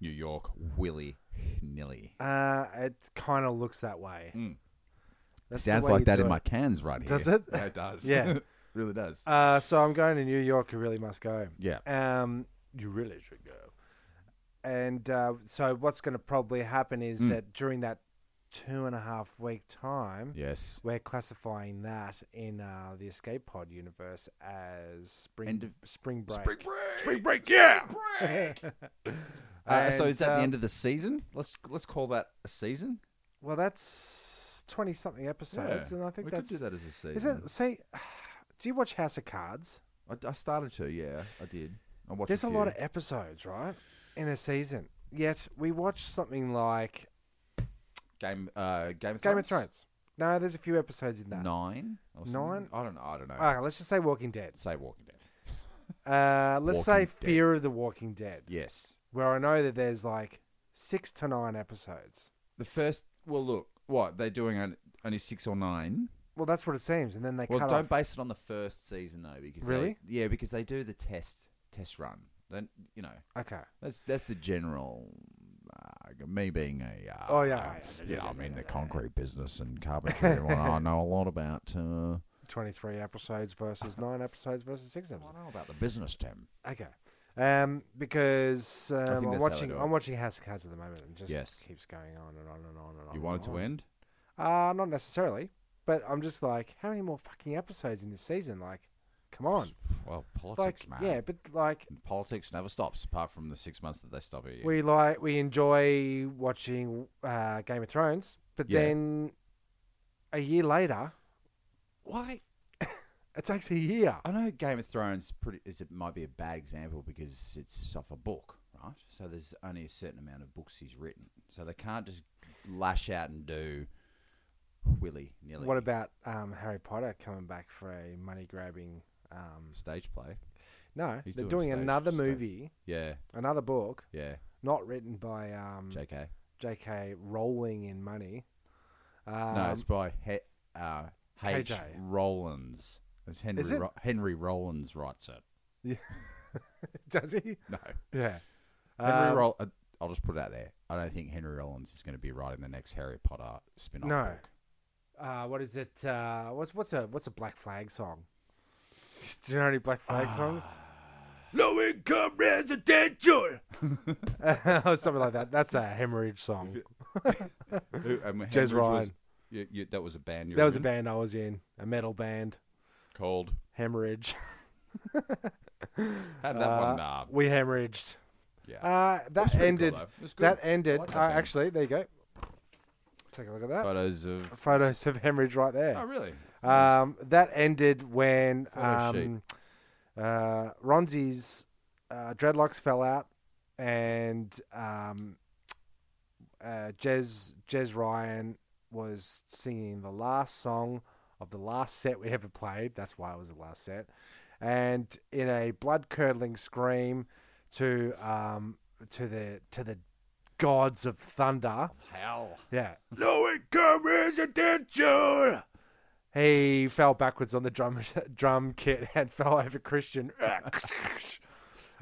S3: New York willy nilly?
S4: Uh, it kind of looks that way.
S3: Mm.
S4: That's the
S3: Sounds
S4: way
S3: like
S4: you
S3: that
S4: do
S3: in
S4: it.
S3: my cans right here.
S4: Does it?
S3: Yeah, it does.
S4: Yeah.
S3: really does.
S4: Uh, so I'm going to New York. You really must go.
S3: Yeah.
S4: Um, you really should go. And uh, so what's going to probably happen is
S3: Hmm.
S4: that during that two and a half week time,
S3: Yes.
S4: we're classifying that in uh, the Escape Pod universe as spring
S3: End of-
S4: spring break.
S1: Spring break, yeah!
S3: Uh, so
S4: And,
S3: is that the
S4: um,
S3: end of the season? Let's let's call that a season.
S4: Well, that's twenty something episodes, and I think
S3: we
S4: that's
S3: could do that as a season.
S4: is it. See, do you watch House of Cards?
S3: I, I started to. Yeah, I did. I watched.
S4: There's a
S3: few.
S4: lot of episodes, right, in a season. Yet we watch something like
S3: game. Uh, Game of
S4: Game
S3: Thrones.
S4: of Thrones. No, there's a few episodes in that.
S3: Nine. or something?
S4: Nine?
S3: I don't know. I don't know.
S4: Alright, let's just say Walking Dead.
S3: Say Walking Dead.
S4: Uh, let's say
S3: Walking Dead.
S4: Fear of the Walking Dead,
S3: Yes.
S4: where I know that there's like six to nine episodes.
S3: The first. Well, look. What they're doing on- only six or nine.
S4: Well, that's what it seems, and then they
S3: Well,
S4: cut
S3: don't
S4: off.
S3: base it on the first season though, because they-
S4: Really?
S3: yeah, because they do the test test run. Then you know
S4: okay,
S3: that's that's the general. Uh, me being a uh,
S4: Oh, yeah.
S3: you know, I mean the concrete business and carpentry. and whatnot, I know a lot about. Uh,
S4: twenty-three episodes versus nine episodes versus six
S3: I
S4: episodes.
S3: know about the business, Tim.
S4: Okay. Um, because
S3: think
S4: um,
S3: that's how
S4: I'm
S3: they
S4: watching,
S3: do it.
S4: I'm watching House of Cards at the moment, and just
S3: Yes.
S4: keeps going on and on and on and on.
S3: You want it
S4: and
S3: to
S4: on.
S3: end?
S4: Uh, not necessarily, but I'm just like, how many more fucking episodes in this season? Like, come on,
S3: Well, politics,
S4: like,
S3: man.
S4: yeah, but like,
S3: Politics never stops, apart from the six months that they stop it. yeah.
S4: we like we enjoy watching uh, Game of Thrones, but
S3: Yeah.
S4: then a year later,
S3: Why?
S4: it takes a year.
S3: I know Game of Thrones pretty is it might be a bad example because it's off a book, right? So there's only a certain amount of books he's written, so they can't just lash out and do willy nilly.
S4: What about um, Harry Potter coming back for a money grabbing? Um,
S3: stage play?
S4: no,
S3: He's
S4: they're
S3: doing
S4: doing,
S3: stage
S4: another
S3: stuff.
S4: movie,
S3: Yeah,
S4: another book,
S3: yeah.
S4: not written by um,
S3: J.K.
S4: J.K. Rowling in money. Um,
S3: no, it's by he, uh, H.
S4: KJ.
S3: Rollins. It's Henry.
S4: Is it?
S3: Ro- Henry Rollins writes it.
S4: does he?
S3: No,
S4: Yeah.
S3: Henry
S4: Um,
S3: Roll. uh, I'll just put it out there. I don't think Henry Rollins is going to be writing the next Harry Potter spin-off
S4: No.
S3: book.
S4: uh, what is it? Uh, what's what's a what's a Black Flag song? Do you know any Black Flag
S3: Ah,
S4: songs?
S1: Low income residential!
S4: or something like that. That's a hemorrhage song.
S3: Who, um,
S4: Jez
S3: Henry was-
S4: Ryan.
S3: you- you- that was a band. You
S4: That was a
S3: were in
S4: band I was in, a metal band,
S3: called.
S4: Hemorrhage.
S3: How did that
S4: Uh,
S3: one? Nah,
S4: we hemorrhaged.
S3: Ah. yeah.
S4: Uh, that,
S3: pretty cool,
S4: ended,
S3: though. It was good.
S4: that
S3: I
S4: ended.
S3: like that
S4: uh,
S3: band.
S4: Actually, there you go. Take a look at that.
S3: Photos of.
S4: Oh, Photos of hemorrhage right
S3: Oh
S4: there.
S3: really?
S4: Um, that ended when
S3: Photo sheet.
S4: um, uh, Ronzi's uh, dreadlocks fell out, and um, uh, Jez Jez Ryan was singing the last song of the last set we ever played. That's why it was the last set, and in a blood curdling scream to um, to the to the gods of thunder.
S3: Hell.
S4: Yeah,
S1: Low income residential!
S4: he fell backwards on the drum drum kit and fell over Christian.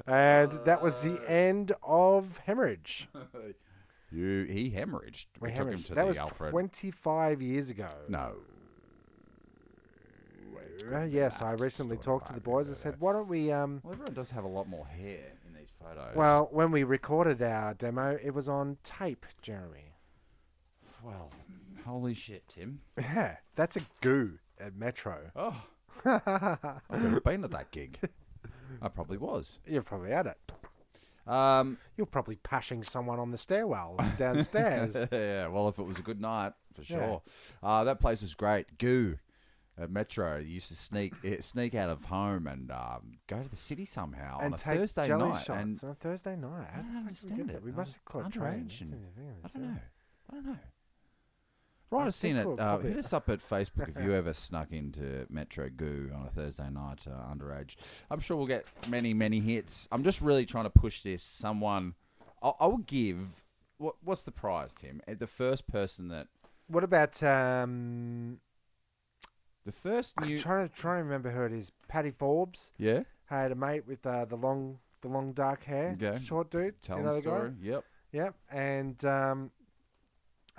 S4: and that was
S3: Uh.
S4: the end of hemorrhage.
S3: You. He hemorrhaged. We,
S4: We
S3: took him
S4: hemorrhaged.
S3: to
S4: that
S3: the
S4: was
S3: Alfred.
S4: 25 years ago.
S3: No.
S4: Uh, yes, I recently talked to the boys and said, "Why don't we um
S3: Well, everyone does have a lot more hair in these photos.
S4: well, when we recorded our demo, it was on tape, Jeremy."
S3: well. Holy shit, Tim.
S4: Yeah, that's a goo at Metro.
S3: Oh. I could have been at that gig. I probably was.
S4: You're probably at it.
S3: Um,
S4: You're probably pashing someone on the stairwell downstairs.
S3: yeah, well, if it was a good night, for
S4: Yeah.
S3: sure. Uh, that place was great. Goo at Metro you used to sneak eh, sneak out of home and um, go to the city somehow on
S4: and
S3: a
S4: take
S3: Thursday
S4: jelly
S3: night.
S4: shots
S3: and
S4: on a Thursday night. How
S3: I
S4: the
S3: don't
S4: fuck did we
S3: understand
S4: get that?
S3: it.
S4: We
S3: I
S4: must have
S3: was
S4: caught a train.
S3: underage and-
S4: Yeah, yeah,
S3: I
S4: yeah.
S3: don't know. I don't know.
S4: I
S3: Right, I've seen
S4: think
S3: it.
S4: we'll
S3: Uh,
S4: probably-
S3: hit us up at Facebook if you ever snuck into Metro Goo on a Thursday night uh, underage. I'm sure we'll get many, many hits. I'm just really trying to push this. Someone, I, I will give what what's the prize, Tim? Uh, The first person that
S4: What about um?
S3: the first
S4: I'm
S3: new
S4: trying to try and remember who it is. Patty Forbes
S3: yeah
S4: had a mate with uh, the long, the long dark hair,
S3: Okay.
S4: short dude.
S3: telling
S4: you know the
S3: story.
S4: guy.
S3: Yep.
S4: Yep, and um,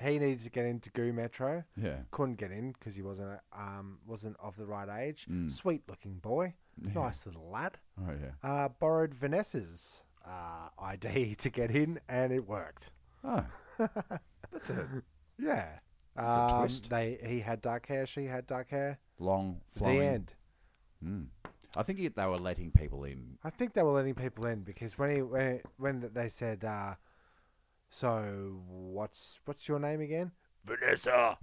S4: he needed to get into Goo Metro.
S3: Yeah.
S4: Couldn't get in because he wasn't um wasn't of the right age.
S3: Mm.
S4: Sweet looking boy,
S3: Yeah.
S4: nice little lad.
S3: Oh yeah.
S4: Uh, borrowed Vanessa's uh, ID to get in, and it worked.
S3: Oh. That's a
S4: Yeah.
S3: a
S4: Um,
S3: twist.
S4: they he had dark hair, she had dark hair.
S3: long
S4: At
S3: flowing.
S4: The end.
S3: Mm. I think it- they were letting people in.
S4: I think they were letting people in because when he when when they said, uh, "So what's what's your name again?" Vanessa.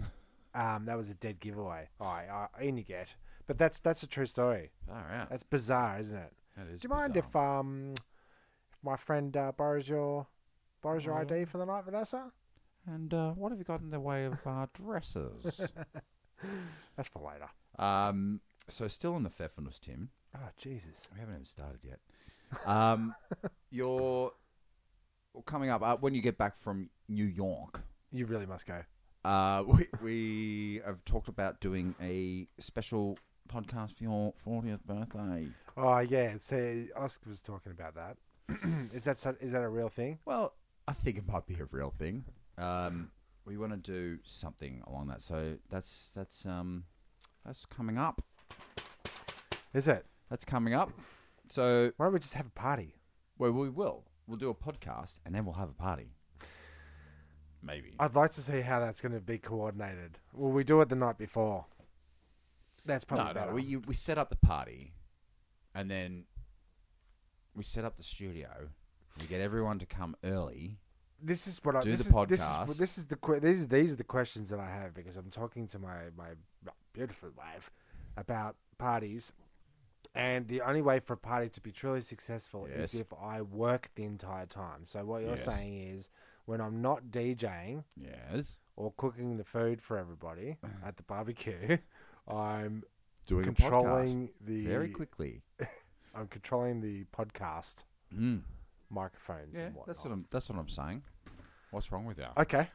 S4: Um, that was a dead giveaway. All right, all right, in you get. But that's that's a true story.
S3: All right.
S4: That's bizarre, isn't it?
S3: That is
S4: Do you mind
S3: bizarre.
S4: if um, if my friend uh, borrows your borrows your ID for the night, Vanessa?
S3: And uh, what have you got in the way of uh, dresses?
S4: That's for later.
S3: um, so still in the Pfeffernuss, Tim.
S4: Oh Jesus!
S3: We haven't even started yet. Um, you're well, coming up uh, when you get back from New York.
S4: You really must go.
S3: Uh, we, we have talked about doing a special podcast for your 40th birthday.
S4: Oh yeah. So Oscar was talking about that. is that so- is that a real thing?
S3: Well, I think it might be a real thing. Um, we want to do something along that. So that's that's um, that's coming up.
S4: Is it?
S3: That's coming up. So
S4: Why don't we just have a party?
S3: well, we will. We'll do a podcast and then we'll have a party. Maybe.
S4: I'd like to see how that's going to be coordinated. Will we do it the night before? That's probably
S3: no,
S4: better.
S3: no. We you, we set up the party, and then we set up the studio. We get everyone to come early.
S4: this is what I
S3: do
S4: this
S3: the
S4: is, This
S3: podcast.
S4: is, this is the que- these these are the questions that I have because I'm talking to my my beautiful wife about parties, and the only way for a party to be truly successful
S3: Yes.
S4: is if I work the entire time. So what you're
S3: Yes.
S4: saying is when I'm not DJing,
S3: Yes.
S4: or cooking the food for everybody at the barbecue. I'm
S3: Doing a podcast
S4: controlling the
S3: very quickly.
S4: I'm controlling the podcast
S3: Mm.
S4: microphones
S3: Yeah,
S4: and whatnot.
S3: that's what I'm. That's what I'm saying. What's wrong with you?
S4: okay,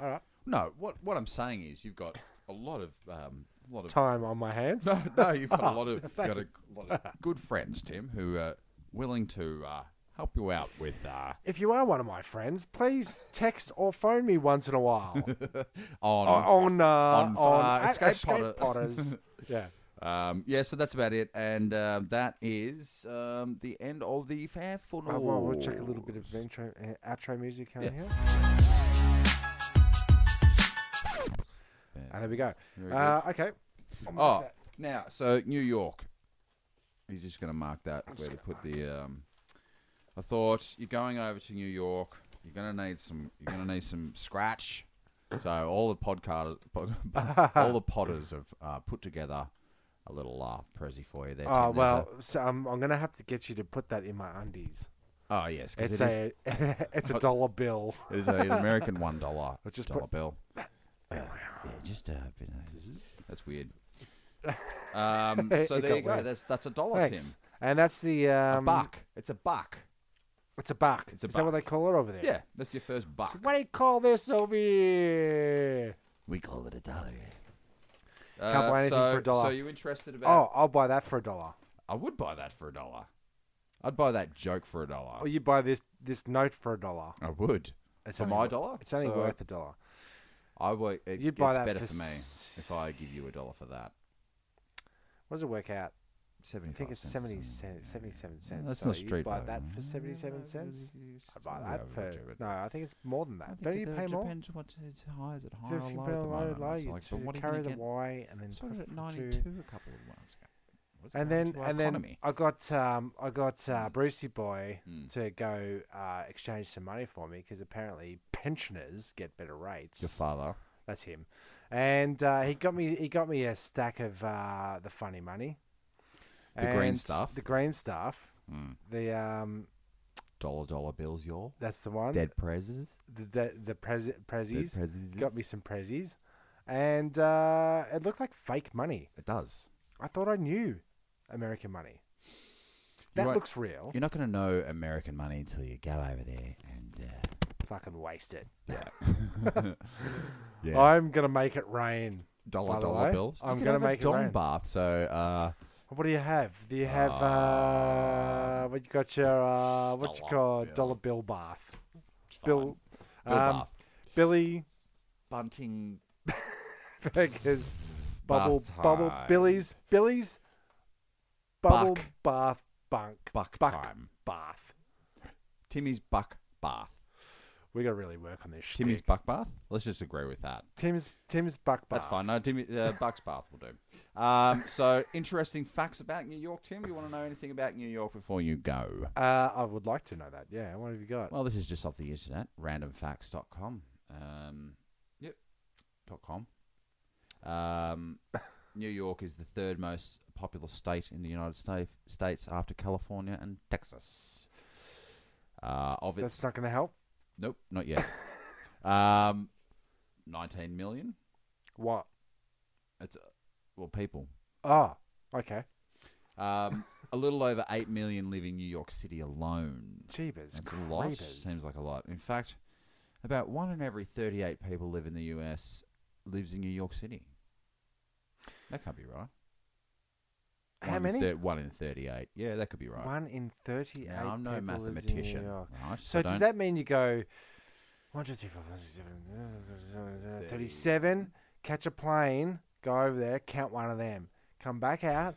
S4: all right.
S3: no, what what I'm saying is you've got a lot of um, a lot of
S4: Time on my hands.
S3: no, no, you've got a lot of you've got a lot of good friends, Tim, who are willing to uh, help you out with. Uh,
S4: If you are one of my friends, please text or phone me once in a while
S3: on,
S4: on uh,
S3: On,
S4: on,
S3: uh,
S4: at-
S3: Escape
S4: at Escape
S3: Podder.
S4: Podders. yeah.
S3: Um, yeah, so that's about it, and um, that is um, the end of the fair funnel.
S4: Oh, well, we'll check a little bit of intro, uh, outro music out
S3: Yeah.
S4: here.
S3: Yeah.
S4: And there we go.
S3: Very good.
S4: Uh, okay.
S3: oh, now so New York. He's just going to mark that where to put the. Um, I thought you're going over to New York. You're going to need some. You're going to need some scratch. So all the podcast, pod, all the potters have uh, put together a little uh, prezi for you there.
S4: Oh,
S3: Tim. There's a-
S4: well, so I'm, I'm going to have to get you to put that in my undies.
S3: oh yes, 'cause
S4: It's
S3: it is-
S4: a it's a dollar bill.
S3: It is a- an American one dollar.
S4: just
S3: dollar
S4: put-
S3: bill. yeah, just uh, a bit. Of, that's weird. Um, so there
S4: It got
S3: you go.
S4: weird.
S3: That's that's a dollar,
S4: Thanks. And that's the
S3: Tim.
S4: um,
S3: a buck. It's a buck.
S4: It's a buck.
S3: It's a
S4: Is that what they
S3: buck.
S4: call it over there?
S3: Yeah, that's your first buck.
S4: So what do you call this over here?
S3: We call it a dollar.
S4: Can't buy anything
S3: so,
S4: for a dollar.
S3: Uh, So you interested about?
S4: Oh, I'll buy that for a dollar.
S3: I would buy that for a dollar. I'd buy that joke for a dollar.
S4: Or Oh, you buy this this note for a dollar.
S3: I would.
S4: It's
S3: for
S4: only
S3: my
S4: wor-
S3: dollar,
S4: It's only
S3: So
S4: worth a dollar.
S3: I would. It
S4: You'd
S3: gets
S4: buy that
S3: better
S4: for
S3: for me
S4: s-
S3: if I give you a dollar for that.
S4: What does it work out? I
S3: Seventy.
S4: think it's 70 cents, 77 cents.
S3: That's
S4: so
S3: not
S4: you
S3: street
S4: buy
S3: value.
S4: that for 77 cents? I'd buy that for... No, I think it's more than
S3: I
S4: that.
S3: think
S4: Don't
S3: it
S4: you
S3: there
S4: pay more?
S3: Depends what it's high. Is it high
S4: So
S3: or
S4: if you
S3: low
S4: pay
S3: at the
S4: low,
S3: moment?
S4: low,
S3: It's
S4: you
S3: like,
S4: t-
S3: but what are you
S4: carry
S3: gonna
S4: the
S3: get?
S4: Y and then
S3: So
S4: plus
S3: at
S4: the
S3: 92
S4: two.
S3: a couple of months ago. What's
S4: and
S3: going
S4: then
S3: to our
S4: and then
S3: economy? Hmm.
S4: I got um, I got uh, Brucey Boy
S3: Mm.
S4: to go uh, exchange some money for me because apparently pensioners get better
S3: your
S4: rates.
S3: father.
S4: That's him, and uh, he got me he got me a stack of uh, the funny money,
S3: The green
S4: And
S3: stuff.
S4: the green stuff,
S3: Mm.
S4: the um
S3: Dollar dollar bills, y'all.
S4: that's the one
S3: Dead prezes.
S4: the the, the prez,
S3: Dead
S4: prezzies
S3: prezes.
S4: got me some prezzies, and uh, it looked like fake money.
S3: It does.
S4: I thought I knew American money.
S3: You
S4: That
S3: won't-
S4: looks real.
S3: You're not going to know American money until you go over there and uh,
S4: fucking waste it.
S3: Yeah.
S4: I'm gonna make it rain.
S3: dollar
S4: by the
S3: dollar
S4: way,
S3: bills. You
S4: I'm
S3: can
S4: gonna
S3: have a
S4: make it
S3: Dom
S4: rain.
S3: bath. So uh,
S4: What do you have? Do you have uh, what you got your uh, what you
S3: Ah. dollar
S4: call
S3: bill.
S4: dollar bill bath?
S3: it's fine.
S4: Bill,
S3: Bill
S4: um,
S3: bath.
S4: Billy
S3: Bunting.
S4: Vegas bubble
S3: Bath
S4: bubble
S3: time.
S4: Billy's Billy's bubble
S3: Buck.
S4: bath bunk
S3: Buck
S4: buck
S3: time.
S4: bath.
S3: Timmy's buck bath.
S4: We got to really work on this.
S3: Timmy's
S4: shtick.
S3: buck bath. Let's just agree with that.
S4: Tim's Tim's buck bath.
S3: That's fine. No, Timmy, uh, Bucks Bath will do. Um, so, interesting facts about New York, Tim. You want to know anything about New York before you go?
S4: Uh, I would like to know that. Yeah, what have you got?
S3: Well, this is just off the internet, randomfacts.com. Um, yep, dot com. Um, New York is the third most popular state in the United States, States after California and Texas. Uh, of its
S4: That's not going to help.
S3: nope, not yet. um, nineteen million.
S4: What?
S3: It's uh, well, people.
S4: Oh, okay.
S3: Um, a little over 8 million live in New York City alone.
S4: Jeebus,
S3: That's a lot.
S4: creepers.
S3: Seems like a lot. In fact, about one in every 38 people live in the US lives in New York City. That can't be right.
S4: How
S3: One in
S4: many?
S3: thir- one in 38. Yeah, that could be right.
S4: One in thirty-eight.
S3: Now, I'm no
S4: people lives in
S3: mathematician.
S4: New York.
S3: right?
S4: So
S3: I
S4: does
S3: don't-
S4: that mean you go one, two, three, four, five, six, seven, thirty-seven? Catch a plane, go over there, count one of them, come back out.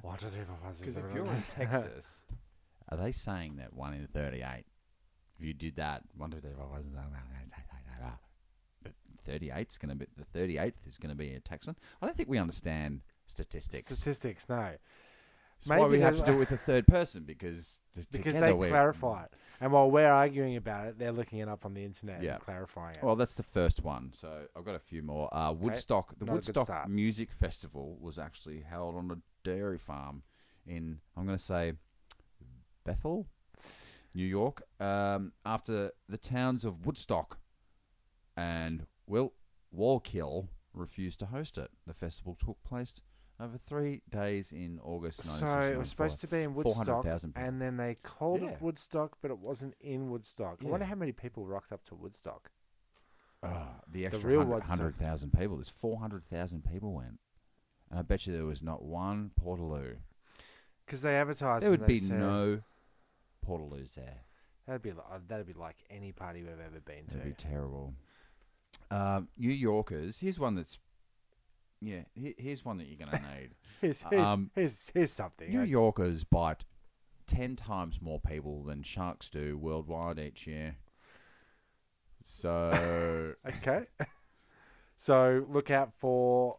S4: One, two, three, four, five, six,
S3: Because if
S4: seven.
S3: you're in
S4: eight.
S3: Texas, are they saying that one in thirty-eight? If you did that, one two three four five six seven eight nine ten, eleven, twelve, thirteen, thirty-eight's going to be the thirty-eighth is going to be a Texan. I don't think we understand statistics.
S4: statistics, no,
S3: That's why
S4: Maybe
S3: we have to
S4: there's-
S3: do it with a third person because t-
S4: because
S3: together
S4: they
S3: we're-
S4: clarify it. And while we're arguing about it, they're looking it up on the internet
S3: Yeah.
S4: and clarifying it.
S3: Well, that's the first one. So I've got a few more. Uh, Woodstock, the
S4: Not a good
S3: Woodstock
S4: start.
S3: Music Festival was actually held on a dairy farm in, I'm going to say, Bethel, New York, um, after the towns of Woodstock and Will Wallkill refused to host it. The festival took place over three days in August.
S4: so it was supposed to be in Woodstock,
S3: 400,000 people.
S4: and then they called
S3: Yeah.
S4: it Woodstock, but it wasn't in Woodstock. I wonder
S3: Yeah.
S4: how many people rocked up to Woodstock.
S3: Uh, the extra
S4: real
S3: hundred-
S4: Woodstock.
S3: 100,000 people. There's 400,000 people went. And I bet you there was not one Portaloo.
S4: Because they advertised.
S3: There
S4: and
S3: would
S4: they
S3: be
S4: said-
S3: no Portaloos there.
S4: That'd be like, that'd be like any party we've ever been to.
S3: It'd be terrible. Um, New Yorkers. Here's one that's. Yeah, he- here's one that you're going to need.
S4: Here's, here's,
S3: Um,
S4: here's, here's something.
S3: New
S4: I-
S3: Yorkers bite 10 times more people than sharks do worldwide each year. So.
S4: Okay. so look out for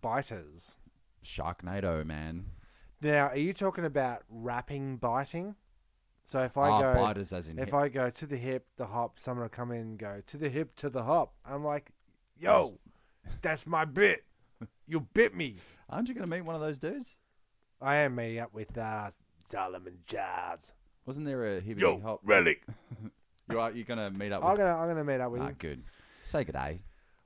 S4: biters.
S3: Sharknado, man.
S4: Now, are you talking about rapping biting? So if I
S3: Ah,
S4: go,
S3: biters as in
S4: if
S3: hip.
S4: I go to the hip, the hop, someone will come in and go to the hip, to the hop. I'm like, yo, that's my bit. You bit me.
S3: Aren't you going to meet one of those dudes?
S4: I am meeting up with uh, Solomon Jazz.
S3: Wasn't there a hippie hop?
S1: relic.
S3: You are you gonna meet up
S4: I'm
S3: with?
S4: gonna, I'm gonna meet up with
S3: Ah,
S4: him.
S3: good. Say good day.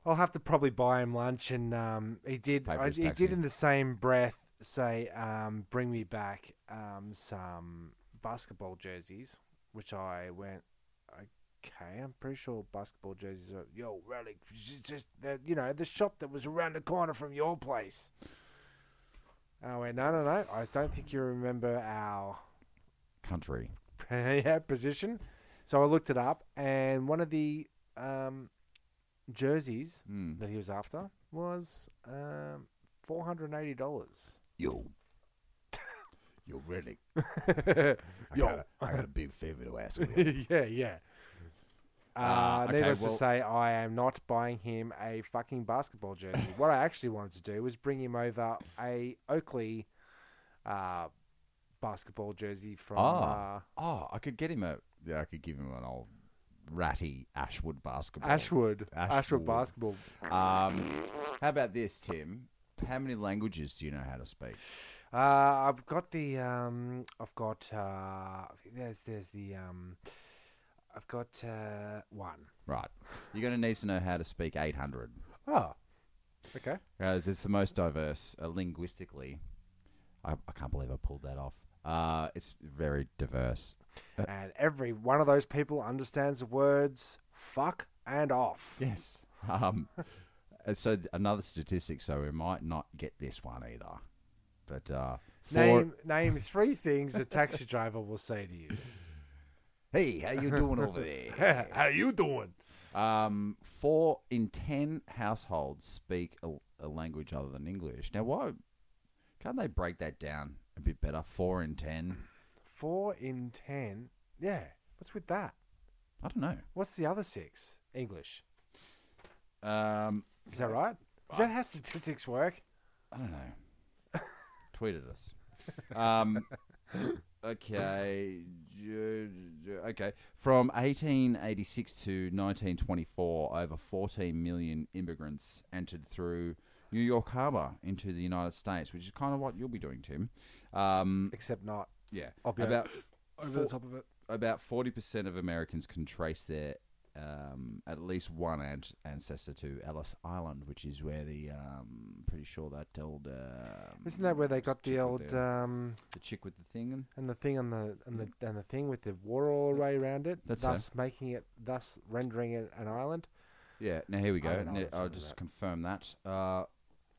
S4: I'll have to probably buy him lunch, and um, he did.
S3: Pay for
S4: I,
S3: his
S4: he
S3: taxi.
S4: did in the same breath say, um, "Bring me back um, some basketball jerseys," which I went, "Okay, I'm pretty sure basketball jerseys are yo relic, just- just the, you know the shop that was around the corner from your place." And I went, "No, no, no, I don't think you remember our
S3: Country.
S4: yeah, position." So I looked it up, and one of the um, jerseys
S3: Mm.
S4: that he was after was um, four hundred and eighty dollars.
S1: Yo. Yo, relic.
S4: Yo.
S1: I got a big favor to ask of you.
S4: yeah, yeah. Uh,
S3: Ah, okay,
S4: needless
S3: well-
S4: to say, I am not buying him a fucking basketball jersey. what I actually wanted to do was bring him over a Oakley uh, basketball jersey from.
S3: Ah.
S4: Uh,
S3: Oh, I could get him a. Yeah, I could give him an old ratty Ashwood basketball.
S4: Ashwood, Ashwood
S3: Ashwood.
S4: basketball.
S3: Um, how about this, Tim? How many languages do you know how to speak?
S4: Uh, I've got the um, I've got uh, there's there's the um, I've got uh, one.
S3: Right. You're gonna need to know how to speak 800.
S4: Oh, okay.
S3: uh, Guys, it's the most diverse uh, linguistically. I, I can't believe I pulled that off. Uh, it's very diverse.
S4: And every one of those people understands the words fuck and off.
S3: Yes. Um, and so th- another statistic. So we might not get this one either. But uh, for,
S4: Name name three things a taxi driver will say to you.
S3: hey, how you doing over there?
S4: How you doing?
S3: Um, four in ten households speak a, a language other than English. Now, why can't they break that down a bit better? Four in ten.
S4: Four in ten. Yeah. What's with that?
S3: I don't know.
S4: What's the other six? English.
S3: Um,
S4: Is that right? Is that how statistics work?
S3: I don't know. Tweeted us. Um, okay. ju- ju- Okay. From 1886 to 1924, over 14 million immigrants entered through New York Harbor into the United States, which is kind of what you'll be doing, Tim. Um,
S4: Except not
S3: yeah.
S4: Up, yeah.
S3: About
S4: over
S3: the
S4: top of it.
S3: about 40% of Americans can trace their um, at least one ant- ancestor to Ellis Island, which is where the um, pretty sure that old um,
S4: Isn't that where they got the
S3: chick with
S4: old
S3: the,
S4: um
S3: the chick with the thing? And
S4: and the thing on the and the and the thing with the water all the way around it,
S3: That's
S4: thus making it, thus rendering it an island.
S3: yeah, now here we go.
S4: don't know
S3: Now,
S4: what's
S3: I'll
S4: under
S3: just
S4: that.
S3: confirm that. Uh,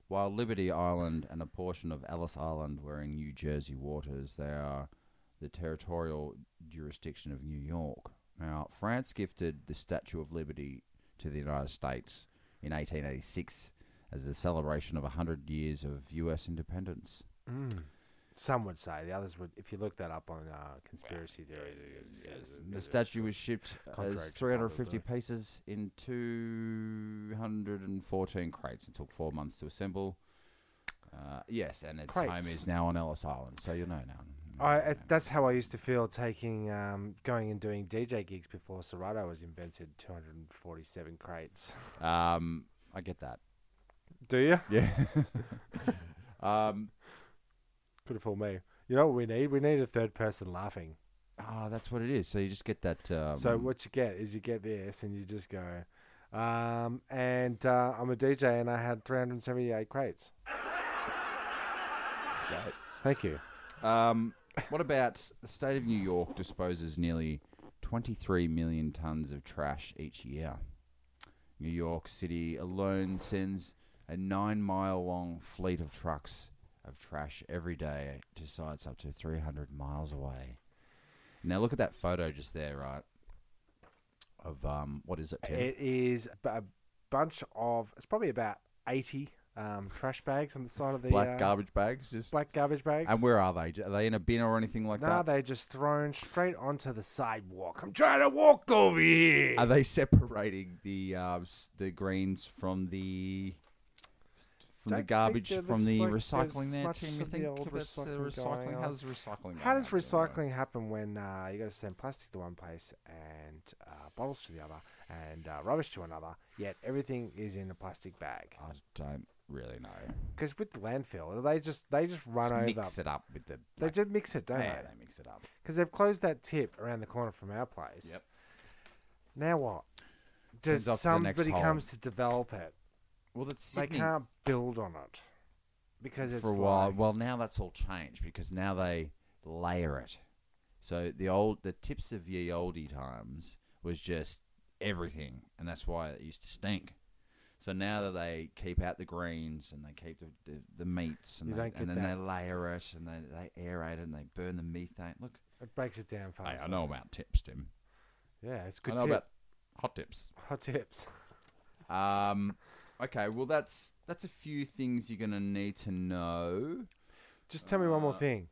S3: while Liberty Island and a portion of Ellis Island were in New Jersey waters, they are the territorial jurisdiction of New York. Now, France gifted the Statue of Liberty to the United States in 1886 as a celebration of 100 years of U.S. independence.
S4: Some would say the others would. If you look that up on uh, conspiracy theories,
S3: The statue was shipped as
S4: Contrary to
S3: 350
S4: popular
S3: pieces in 214 crates and took four months to assemble. Uh, yes, and its home
S4: Crates.
S3: is now on Ellis Island, so you know now.
S4: I, I- that's how I used to feel taking um, going and doing DJ gigs before Serato was invented. Two hundred and forty-seven crates.
S3: Um, I get that.
S4: Do you?
S3: Yeah. um,
S4: Could have fooled me. You know what we need? We need a third person laughing.
S3: ah, that's what it is. So you just get that. Um,
S4: so what you get is you get this, and you just go. Um, and uh, I'm a DJ, and I had 378 crates. Thank you.
S3: Um, what about the state of New York disposes nearly 23 million tons of trash each year? New York City alone sends a nine mile long fleet of trucks of trash every day to sites up to 300 miles away. Now, look at that photo just there, right? Of, um, what is it, Tim?
S4: It is b- a bunch of. It's probably about 80 um, trash bags on the side of the
S3: Black
S4: uh,
S3: garbage bags? Just
S4: black garbage bags.
S3: And where are they? Are they in a bin or anything like
S4: Nah,
S3: that?
S4: they're just thrown straight onto the sidewalk. I'm trying to walk over here.
S3: Are they separating the uh, s- the greens from the from
S4: Don't
S3: the
S4: think
S3: garbage
S4: there
S3: from
S4: looks
S3: the
S4: like there's
S3: recycling there,
S4: much
S3: Tim? You
S4: of the
S3: think
S4: old
S3: that's the
S4: recycling going
S3: recycling? How
S4: on.
S3: does recycling?
S4: How
S3: go
S4: does
S3: down there?
S4: recycling happen when uh, you got to send plastic to one place and uh, bottles to the other and uh, rubbish to another? Yet everything is in a plastic bag.
S3: I don't really know.
S4: Because with the landfill, they just they just run
S3: Just
S4: over.
S3: mix it up with the.
S4: They
S3: like,
S4: just mix it, don't
S3: yeah,
S4: they?
S3: they mix it up.
S4: Because they've closed that tip around the corner from our place.
S3: Yep.
S4: Now what?
S3: Sends
S4: Does
S3: off to the next
S4: somebody
S3: hole.
S4: comes to develop it?
S3: Well, that's
S4: They
S3: sickening
S4: can't build on it because it's
S3: for a while.
S4: like-
S3: Well, now that's all changed because now they layer it. So the old the tips of ye oldie times was just everything, and that's why it used to stink. So now that they keep out the greens and they keep the the, the meats and,
S4: You
S3: they,
S4: don't
S3: and
S4: get
S3: then
S4: that.
S3: they layer it and they, they aerate it and they burn the methane. Look,
S4: it breaks it down
S3: hey,
S4: fast.
S3: I know about tips, Tim.
S4: Yeah, it's good
S3: I know
S4: tip.
S3: about hot tips.
S4: Hot tips.
S3: Um, okay, well that's that's a few things you're gonna need to know.
S4: Just tell me one more
S3: Uh,
S4: thing.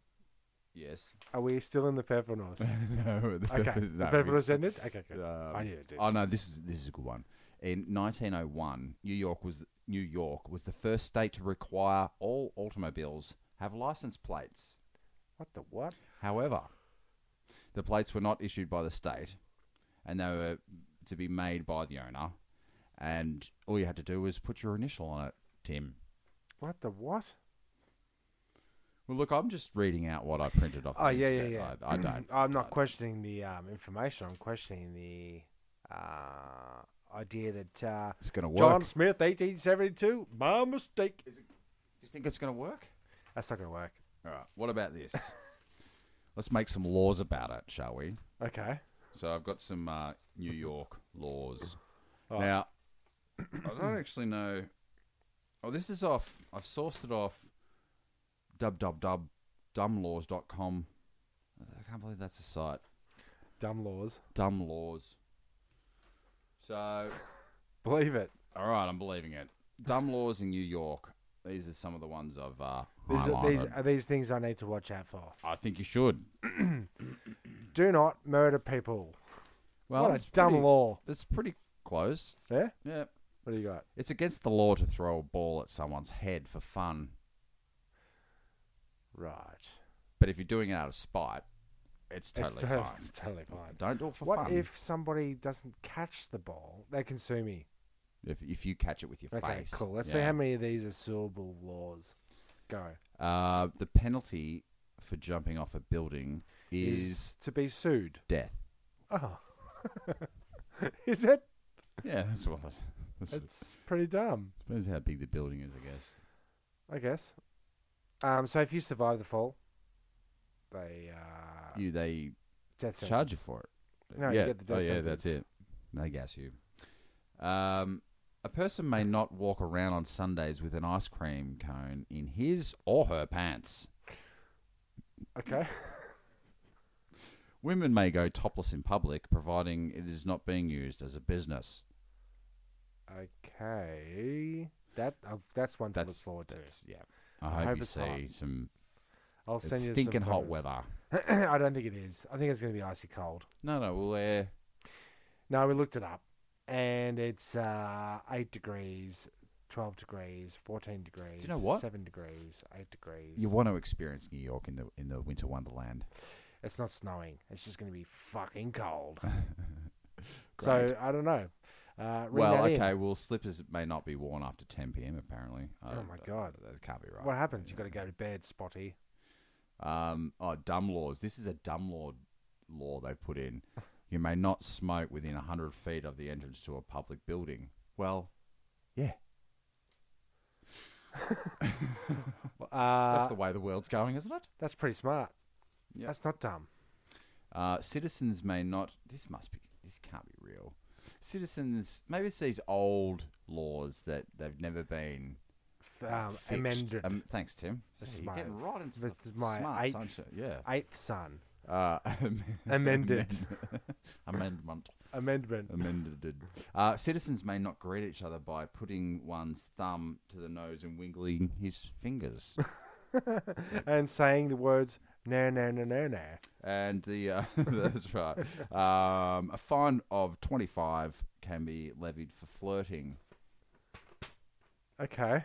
S3: Yes.
S4: Are we still in the Pepinos?
S3: no. The
S4: Okay. the Pepinos ended? Okay, good.
S3: Um,
S4: I knew it did.
S3: Oh no, this is this is a good one. In 1901, New York was New York was the first state to require all automobiles have license plates.
S4: What the what?
S3: However, the plates were not issued by the state, and they were to be made by the owner. And all you had to do was put your initial on it, Tim.
S4: What the what?
S3: Well, look, I'm just reading out what I printed off.
S4: Oh,
S3: the
S4: yeah, yeah,
S3: internet.
S4: yeah.
S3: I, I don't.
S4: I'm not questioning the um, information. I'm questioning the uh, idea that uh,
S3: It's gonna work.
S4: John Smith, 1872, my mistake.
S3: Do you think it's gonna work?
S4: That's not going to work.
S3: All right. What about this? Let's make some laws about it, shall we?
S4: Okay.
S3: So I've got some uh, New York laws. Now, I don't actually know. Oh, this is off. I've sourced it off www.dumblaws.com. I can't believe that's a site.
S4: Dumb laws.
S3: Dumb laws. So, all
S4: Believe it.
S3: right, I'm believing it. Dumb laws in New York. These are some of the ones I've uh,
S4: These are, these
S3: highlighted.
S4: are these things I need to watch out for.
S3: I think you should.
S4: Do not murder people.
S3: Well,
S4: what
S3: it's
S4: a dumb
S3: pretty-
S4: law.
S3: It's pretty close.
S4: Yeah?
S3: Yeah.
S4: What do you got?
S3: It's against the law to throw a ball at someone's head for fun,
S4: Right.
S3: but if you're doing it out of spite, it's totally
S4: it's, to-
S3: fine.
S4: it's totally fine.
S3: Don't do it for
S4: What
S3: fun.
S4: if somebody doesn't catch the ball? They can sue me.
S3: if if you catch it with your
S4: Okay,
S3: face?
S4: cool. Let's see
S3: Yeah.
S4: how many of these are suable laws. Go.
S3: Uh, the penalty for jumping off a building is,
S4: to be sued.
S3: death.
S4: Oh. is it?
S3: Yeah, that's what. That's, that's what-
S4: It's pretty dumb,
S3: depends how big the building is, I guess.
S4: I guess. Um, so if you survive the fall, they uh,
S3: You they
S4: death
S3: charge you
S4: sentence.
S3: for it.
S4: No, you
S3: yeah.
S4: get the
S3: oh,
S4: death
S3: yeah, that's it.
S4: sentence.
S3: They gas you. Um, a person may not walk around on Sundays with an ice cream cone in his or her pants.
S4: Okay.
S3: Women may go topless in public, providing it is not being used as a business.
S4: Okay. That uh, that's one to
S3: That's
S4: look forward to.
S3: that's- yeah. I
S4: I
S3: hope,
S4: hope
S3: you
S4: it's
S3: see
S4: hot.
S3: some
S4: I'll
S3: it's
S4: send you
S3: stinking
S4: some
S3: hot
S4: photos.
S3: weather.
S4: I don't think it is. I think it's going to be icy cold.
S3: No, no, we'll air.
S4: No, we looked it up, and it's uh, eight degrees, twelve degrees, fourteen degrees.
S3: know what?
S4: Seven degrees, eight degrees.
S3: You want to experience New York in the in the winter wonderland.
S4: It's not snowing. It's just going to be fucking cold. so I don't know. Uh, ring
S3: well,
S4: that in.
S3: okay, well, slippers may not be worn after 10 p.m. Apparently. I
S4: Oh
S3: don't-
S4: my God.
S3: that can't be right.
S4: What happens? You got to go to bed, Spotty.
S3: Um, oh, dumb laws. This is a dumb law law they've put in. You may not smoke within 100 feet of the entrance to a public building. Well, yeah.
S4: Uh,
S3: That's
S4: that's,
S3: the way the world's going, isn't it?
S4: Uh, pretty smart.
S3: Yeah.
S4: That's not dumb.
S3: Uh, citizens may not. This must be. This can't be real. Citizens. Maybe it's these old laws that they've never been
S4: F- Um,
S3: fixed.
S4: amended.
S3: Um, thanks, Tim.
S4: That's
S3: Gee,
S4: my-
S3: You're getting right into
S4: that's
S3: the
S4: my
S3: smart
S4: eighth-
S3: sunshine. Yeah.
S4: Eighth son.
S3: Uh,
S4: Amended.
S3: amendment.
S4: Amendment.
S3: Amended. Uh, citizens may not greet each other by putting one's thumb to the nose and wiggling his fingers.
S4: and saying the words, no, no, no, no, no.
S3: and the uh, that's right. Um, a fine of twenty five can be levied for flirting.
S4: Okay.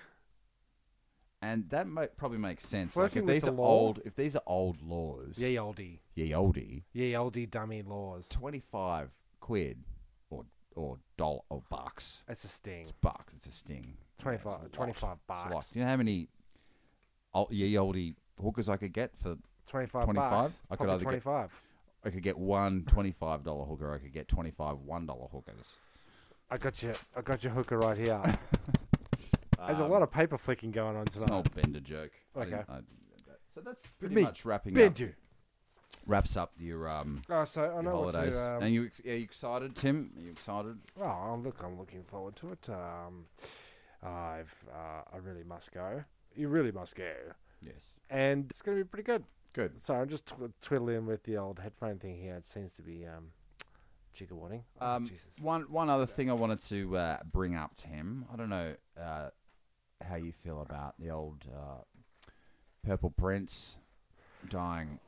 S3: And that ma- probably makes sense.
S4: Flirting
S3: like
S4: with
S3: if these
S4: the
S3: are
S4: law?
S3: old, if these are old laws,
S4: Ye oldie.
S3: ye oldie,
S4: Ye oldie dummy laws.
S3: twenty five quid or or dollar or bucks.
S4: It's a sting.
S3: It's bucks. It's a sting. Yeah, it's
S4: 25
S3: a lot.
S4: 25
S3: It's a lot.
S4: bucks.
S3: Do you know how many old, ye oldie hookers I could get for?
S4: 25
S3: 25?
S4: bucks.
S3: I could
S4: Proper
S3: either get-
S4: 25.
S3: I could get one $25 hooker. I could get 25 $1 hookers.
S4: I got your I got your hooker right here. There's a lot of paper flicking going on
S3: Um, It's an
S4: tonight.
S3: old Bender joke. I
S4: Okay.
S3: didn't- I- so that's pretty
S4: me,
S3: much wrapping
S4: Bend
S3: up.
S4: you.
S3: Wraps up your um
S4: Oh, so I
S3: your
S4: know what
S3: holidays.
S4: to. Um,
S3: and you ex- are you excited, Tim? Are you excited?
S4: well, I'm- look, I'm looking forward to it. Um, I've uh, I really must go. You really must go,
S3: Yes.
S4: and it's gonna be pretty good.
S3: Good.
S4: So I'm just tw- twiddling with the old headphone thing here. It seems to be um, jigger warning. Oh,
S3: Um,
S4: Jesus.
S3: one one other thing I wanted to uh, bring up, Tim. I don't know uh, how you feel about the old uh, Purple Prince dying.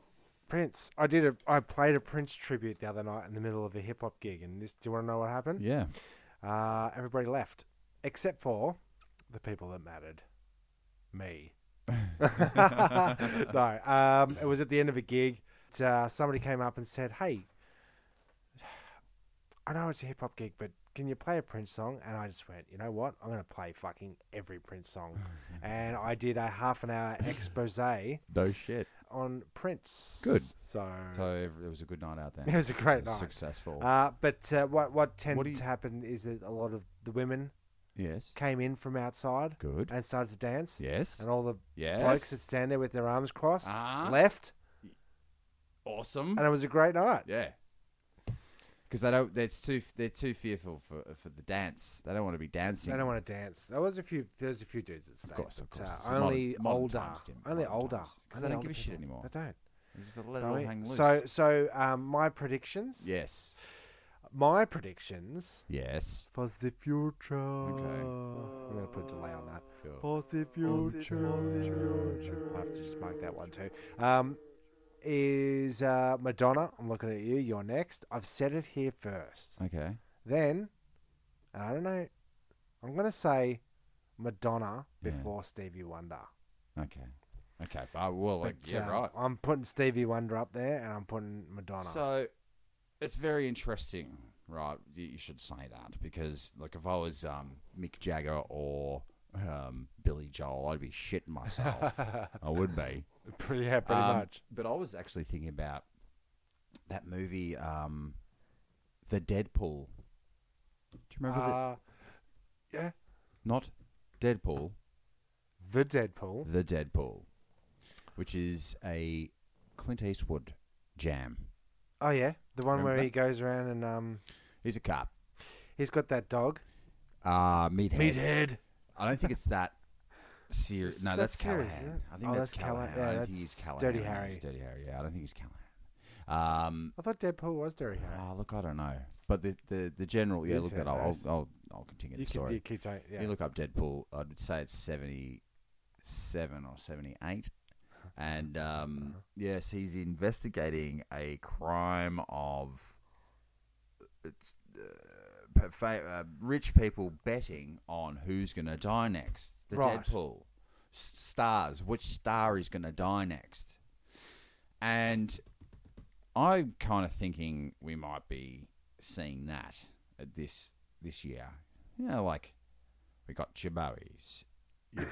S4: Prince. I did a I played a Prince tribute the other night in the middle of a hip hop gig, and this. Do you want to know what happened?
S3: Yeah.
S4: Uh, everybody left, except for the people that mattered. Me. no, um, it was at the end of a gig. Uh, somebody came up and said, "Hey, I know it's a hip hop gig, but can you play a Prince song?" And I just went, "You know what? I'm going to play fucking every Prince song." and I did a half an hour expose
S3: No shit.
S4: on Prince.
S3: Good.
S4: So,
S3: So it was a good night out there.
S4: it was a great
S3: It was
S4: night.
S3: Successful.
S4: Uh, but uh, what what tended
S3: do you-
S4: to happen is that a lot of the women
S3: yes.
S4: came in from outside
S3: Good.
S4: and started to dance.
S3: Yes.
S4: And all the
S3: Yes.
S4: blokes that stand there with their arms crossed
S3: Ah.
S4: left.
S3: awesome.
S4: and it was a great night.
S3: Yeah. Because they don't. They're too. They're too fearful for for the dance. They don't want to be dancing.
S4: They don't want to dance. There was a few. There's a few dudes that stayed.
S3: Of course, of
S4: but, uh,
S3: course. It's
S4: only
S3: modern- modern
S4: older.
S3: times, Tim,
S4: only
S3: modern
S4: older.
S3: times. 'Cause they
S4: Only
S3: don't give
S4: older
S3: a shit
S4: people.
S3: anymore.
S4: They don't.
S3: They just let it
S4: I
S3: all
S4: mean,
S3: hang loose.
S4: So, so um, my predictions.
S3: yes,
S4: My predictions
S3: yes.
S4: for the future. I'm gonna put a delay on that. For the future. I have to just mark that one too. Um, is uh, Madonna? I'm looking at you. You're next. I've said it here first.
S3: Okay.
S4: Then, and I don't know. I'm gonna say Madonna
S3: Yeah.
S4: before Stevie Wonder.
S3: Okay. Okay. f- Oh, well, like,
S4: But,
S3: yeah,
S4: um,
S3: right.
S4: I'm putting Stevie Wonder up there, and I'm putting Madonna.
S3: So it's very interesting, right? You, you should say that because, like, if I was um, Mick Jagger or um, Billy Joel, I'd be shitting myself. I would be.
S4: pretty, yeah, pretty
S3: Um,
S4: much.
S3: But I was actually thinking about that movie, um, The Deadpool. Do you remember that?
S4: Uh, yeah,
S3: Not Deadpool,
S4: the Deadpool.
S3: The Deadpool, which is a Clint Eastwood jam.
S4: Oh yeah, the one where
S3: Remember
S4: he goes around and um,
S3: He's a cop.
S4: he's got that dog.
S3: Uh, meathead.
S4: Meathead.
S3: I don't think it's that serious.
S4: It's
S3: No,
S4: that
S3: that's
S4: serious,
S3: Callahan.
S4: isn't it?
S3: I think
S4: Oh,
S3: that's,
S4: that's Calla-
S3: Callahan.
S4: yeah,
S3: I don't think
S4: that's
S3: he's Callahan.
S4: Dirty
S3: I think
S4: Harry.
S3: it's Dirty Harry. Yeah, I don't think he's Callahan. Um,
S4: I thought Deadpool was Derry Harry.
S3: oh, look, I don't know. But the the, the general, yeah,
S4: You
S3: look
S4: take
S3: that. I'll, I'll
S4: those.
S3: I'll I'll continue
S4: you
S3: the
S4: could,
S3: story.
S4: you could take, yeah.
S3: You look up Deadpool. I'd say it's seventy seven or seventy eight, and um, yes, he's investigating a crime of it's, uh, pa- fa- uh, rich people betting on who's going to die next. The
S4: Right.
S3: Deadpool S- stars, which star is going to die next, and I'm kind of thinking we might be seeing that at this this year. You know, like we got your Bowies, you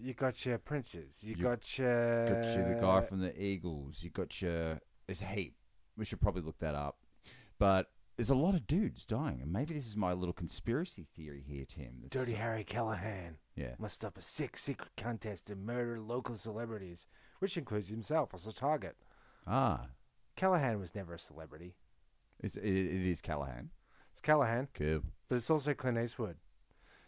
S4: you got your princes. You
S3: You've
S4: got your
S3: got your the
S4: Uh,
S3: guy from the Eagles, you got your there's a heap. We should probably look that up. But there's a lot of dudes dying, and maybe this is my little conspiracy theory here, Tim. That's-
S4: Dirty Harry Callahan.
S3: Yeah.
S4: Must stop a sick secret contest to murder local celebrities, which includes himself as a target.
S3: Ah,
S4: Callahan was never a celebrity.
S3: it's, it, it is Callahan.
S4: It's Callahan,
S3: Cool.
S4: but it's also Clint Eastwood.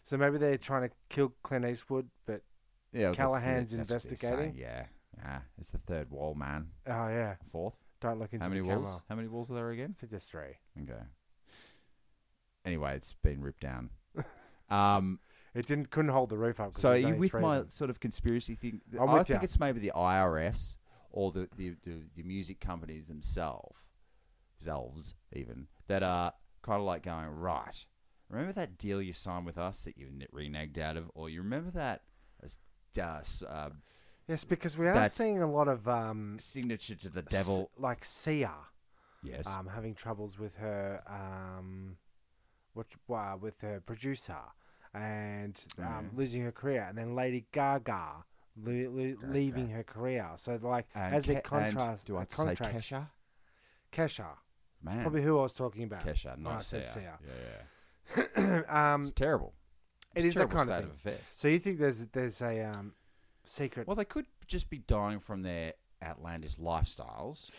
S4: So maybe they're trying to kill Clint Eastwood, but
S3: Yeah, that's the-
S4: Callahan's
S3: that's what they're
S4: investigating?
S3: saying, Yeah. Ah, it's the third wall, man.
S4: oh yeah,
S3: Fourth.
S4: don't look into
S3: How many
S4: the
S3: walls?
S4: camera.
S3: How many walls are there again?
S4: I think there's three.
S3: Okay. Anyway, it's been ripped down. Um,
S4: It didn't couldn't hold the roof up. 'cause
S3: so are
S4: there's
S3: you
S4: only
S3: with
S4: three of
S3: my
S4: them.
S3: sort of conspiracy thing?
S4: I'm
S3: I
S4: with
S3: think
S4: ya.
S3: it's maybe the IRS or the the, the, the music companies themselves, selves even that are kind of like going right. Remember that deal you signed with us that you n- reneged out of, or you remember that uh, s- uh, s- uh,
S4: Yes, because we are
S3: That's-
S4: seeing a lot of um,
S3: signature to the
S4: s-
S3: devil? Ah,
S4: like Sia,
S3: Yes.
S4: um, having troubles with her, um, what uh, with her producer, and um,
S3: Mm.
S4: losing her career, and then Lady Gaga. lo- lo- Leaving her career, so like
S3: And
S4: as
S3: Ke-
S4: a
S3: and
S4: contrast,
S3: do I
S4: a
S3: have to say
S4: contrast,
S3: Kesha?
S4: Kesha,
S3: Man,
S4: probably who I was talking about.
S3: Kesha, not
S4: When Oh, I
S3: Sia.
S4: said Sia.
S3: Yeah, yeah.
S4: um,
S3: It's terrible.
S4: it
S3: It's a
S4: is that
S3: terrible
S4: kind
S3: state
S4: of
S3: of
S4: thing.
S3: affairs.
S4: so you think there's there's a um, secret?
S3: Well, they could just be dying from their outlandish lifestyles.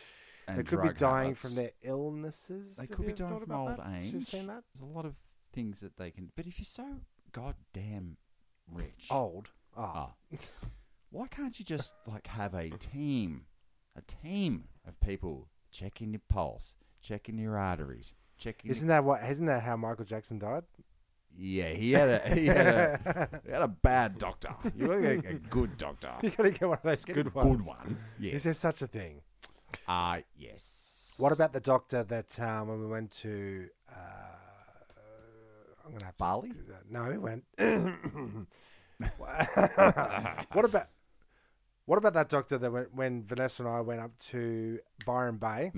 S3: And
S4: they could be
S3: drug
S4: dying
S3: habits.
S4: from their illnesses.
S3: They
S4: Have
S3: could be
S4: you ever
S3: dying
S4: thought
S3: from
S4: about
S3: old
S4: that?
S3: age.
S4: Should have seen that.
S3: There's a lot of things that they can. But if you're so goddamn rich,
S4: Old. Ah,
S3: ah, why can't you just like have a team, a team of people checking your pulse, checking your arteries, checking.
S4: isn't that what? Isn't that how Michael Jackson died?
S3: your, yeah, he had a he had a, he had a bad doctor. You want to get a good doctor.
S4: You gotta get one of those
S3: Get
S4: good
S3: a
S4: ones.
S3: good one.
S4: Is
S3: Yes.
S4: there such a thing?
S3: Ah, yes.
S4: What about the doctor that um, when we went to? Uh, I'm gonna have to
S3: Bali?
S4: do that. No, we went. what about? What about that doctor that went, when Vanessa and I went up to Byron Bay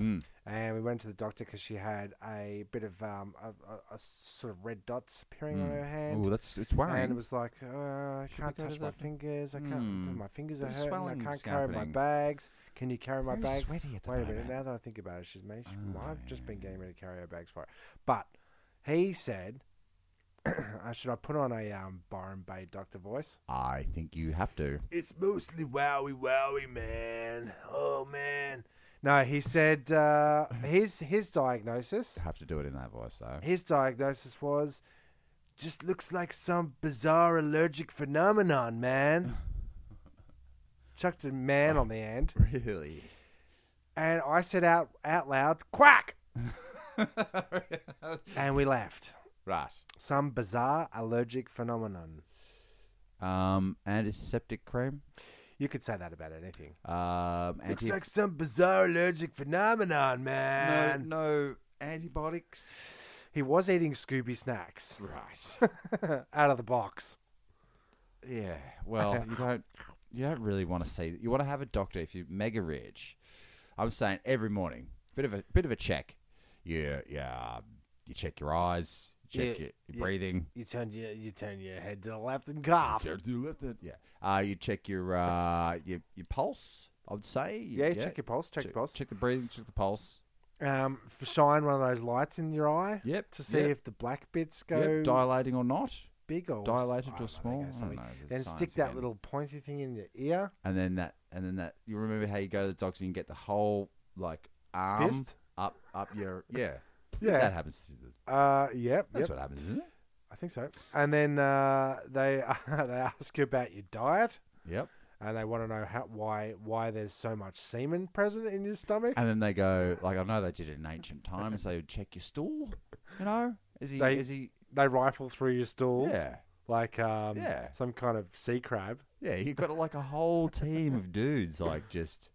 S4: and we went to the doctor because she had a bit of um, a, a, a sort of red dots appearing on her hand.
S3: Oh, that's it's worrying.
S4: and it was like, uh, I
S3: Should we
S4: can't
S3: go to
S4: touch my
S3: the-
S4: fingers. I can't.
S3: Hmm.
S4: My fingers are
S3: Bit of
S4: hurting. I
S3: swelling's
S4: can't carry my
S3: happening.
S4: bags. Can you carry my
S3: Very
S4: bags?
S3: sweaty at the
S4: Wait a
S3: moment. Oh.
S4: minute. Now that I think about it, she's made. She, I've just been getting ready to carry her bags for it. But he said, uh, "Should I put on a um, Byron Bay doctor voice?"
S3: I think you have to.
S4: It's mostly wowie wowie, man. Oh man. No, he said uh, his his diagnosis.
S3: have to do it in that voice though.
S4: His diagnosis was just looks like some bizarre allergic phenomenon, man. Chucked a man on the end,
S3: Really?
S4: and I said out out loud, "Quack!" and we laughed.
S3: Right.
S4: Some bizarre allergic phenomenon.
S3: Um, antiseptic cream.
S4: You could say that about anything.
S3: Um,
S4: Looks
S3: anti-
S4: like some bizarre allergic phenomenon,
S3: no,
S4: man.
S3: no antibiotics.
S4: He was eating Scooby snacks
S3: Right.
S4: out of the box.
S3: Yeah. Well, you don't you don't really want to see. You want to have a doctor if you're mega rich. I'm saying every morning, bit of a bit of a check. Yeah, yeah. You check your eyes, you check
S4: Yeah,
S3: your, your
S4: yeah.
S3: breathing.
S4: You turn your you turn your head to the left and cough.
S3: Sure, do lift it. Yeah. Uh, you check your uh your your pulse. I would say.
S4: Yeah, check your pulse. Check, your pulse.
S3: Check the breathing. Check the pulse.
S4: Um, f- shine one of those lights in your eye.
S3: Yep,
S4: To see
S3: yep.
S4: if the black bits go
S3: Yep, dilating or not.
S4: big or
S3: dilated or
S4: I don't know, they go
S3: small? I don't
S4: something.
S3: know, there's
S4: Then
S3: science
S4: stick that
S3: again.
S4: little pointy thing in your ear.
S3: and then that and then that you remember how you go to the doctor and you get the whole like arm
S4: Fist?
S3: up up your yeah
S4: Yeah.
S3: that happens to the,
S4: Uh, yep.
S3: that's
S4: yep.
S3: what happens isn't it
S4: I think so. And then uh, they they ask you about your diet,
S3: yep
S4: and they want to know how why why there's so much semen present in your stomach.
S3: and then they go like I know they did it in ancient times they would check your stool you know is he
S4: They-
S3: is he
S4: they rifle through your stools.
S3: Yeah.
S4: Like um,
S3: Yeah.
S4: some kind of sea crab.
S3: yeah you got like a whole team of dudes like just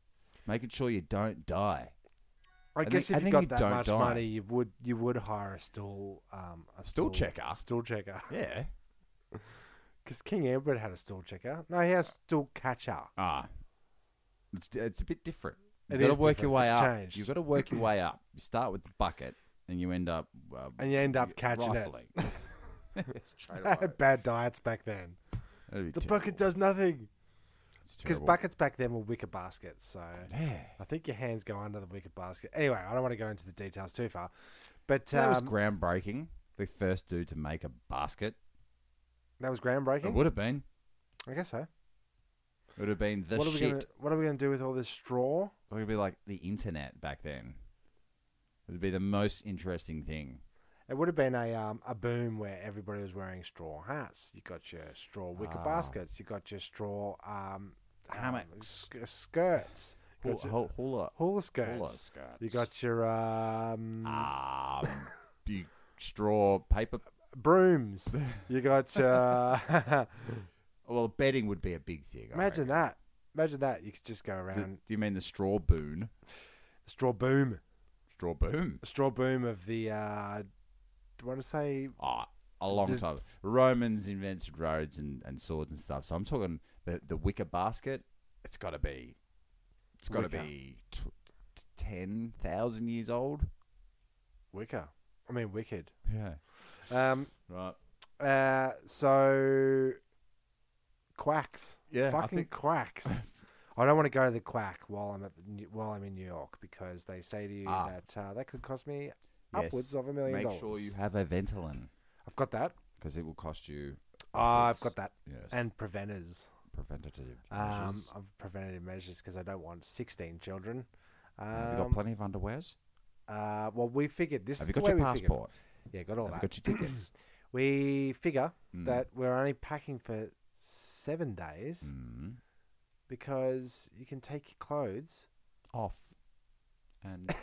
S3: making sure you don't die
S4: I
S3: I
S4: guess
S3: think- I
S4: if you
S3: think
S4: got
S3: you
S4: that
S3: don't
S4: much
S3: die.
S4: money, you would you would hire a stool um a
S3: Stool checker?
S4: stool checker.
S3: yeah
S4: Because King Edward had a stool checker. No, he had a stool catcher.
S3: ah it's it's a bit different
S4: It
S3: you've got
S4: is
S3: to work your
S4: different.
S3: way
S4: It's
S3: up
S4: changed.
S3: you've got to work your way up you start with the bucket and you end up uh,
S4: And you end up catching
S3: rifling. Straight away.
S4: it. Bad diets back then.
S3: That'd be
S4: The
S3: terrible.
S4: bucket does nothing.
S3: It's
S4: Because
S3: terrible.
S4: buckets back then were wicker baskets. So
S3: Yeah.
S4: I think your hands go under the wicker basket. Anyway, I don't want to go into the details too far. But um,
S3: that was groundbreaking. The first dude to make a basket. It
S4: groundbreaking.
S3: would have been.
S4: I guess so.
S3: It would have been the
S4: what are we
S3: shit.
S4: gonna What are we gonna do with all this straw?
S3: It would be like the internet back then. It would be the most interesting thing.
S4: It would have been a um, a boom where everybody was wearing straw hats. You got your straw wicker
S3: Ah.
S4: baskets. You got your straw um, um,
S3: Hammocks.
S4: sk- uh, skirts. You
S3: Hula,
S4: got your
S3: hula, hula,
S4: hula skirts.
S3: hula skirts.
S4: You got your um,
S3: um, the straw paper.
S4: brooms. you got your.
S3: Well, bedding would be a big thing. I reckon.
S4: imagine that. Imagine that. You could just go
S3: Do,
S4: around.
S3: do you mean the straw boon?
S4: straw boom.
S3: Straw boom.
S4: The straw boom of the. Uh, do you want to say
S3: Ah, a long
S4: There's-
S3: time. Romans invented roads and, and swords and stuff. So I'm talking the the wicker basket. It's got to be, it's got to
S4: Wicker.
S3: be t- t- ten thousand years old.
S4: wicker? I mean wicked.
S3: Yeah.
S4: Um,
S3: Right.
S4: Uh, so quacks.
S3: Yeah, I
S4: fucking
S3: think-
S4: quacks. I don't want to go to the quack while I'm at the, New- while I'm in New York because they say to you
S3: Ah.
S4: that uh, that could cost me
S3: Yes.
S4: upwards of a million
S3: Make
S4: dollars.
S3: sure you have a Ventolin
S4: I've got that.
S3: because it will cost you.
S4: Ah, I've
S3: upwards.
S4: got that.
S3: Yes.
S4: And preventers.
S3: preventative.
S4: Um,
S3: measures.
S4: I've preventative measures because I don't want 16 children.
S3: have you got
S4: Um,
S3: plenty of underwears?
S4: uh, well, we figured this
S3: Have
S4: is
S3: you
S4: the
S3: got
S4: way
S3: your
S4: we figured.
S3: passport?
S4: Yeah, got all
S3: Have you
S4: that.
S3: got your tickets?
S4: we figure
S3: Mm.
S4: that we're only packing for seven days.
S3: Mm.
S4: because you can take your clothes
S3: Off. And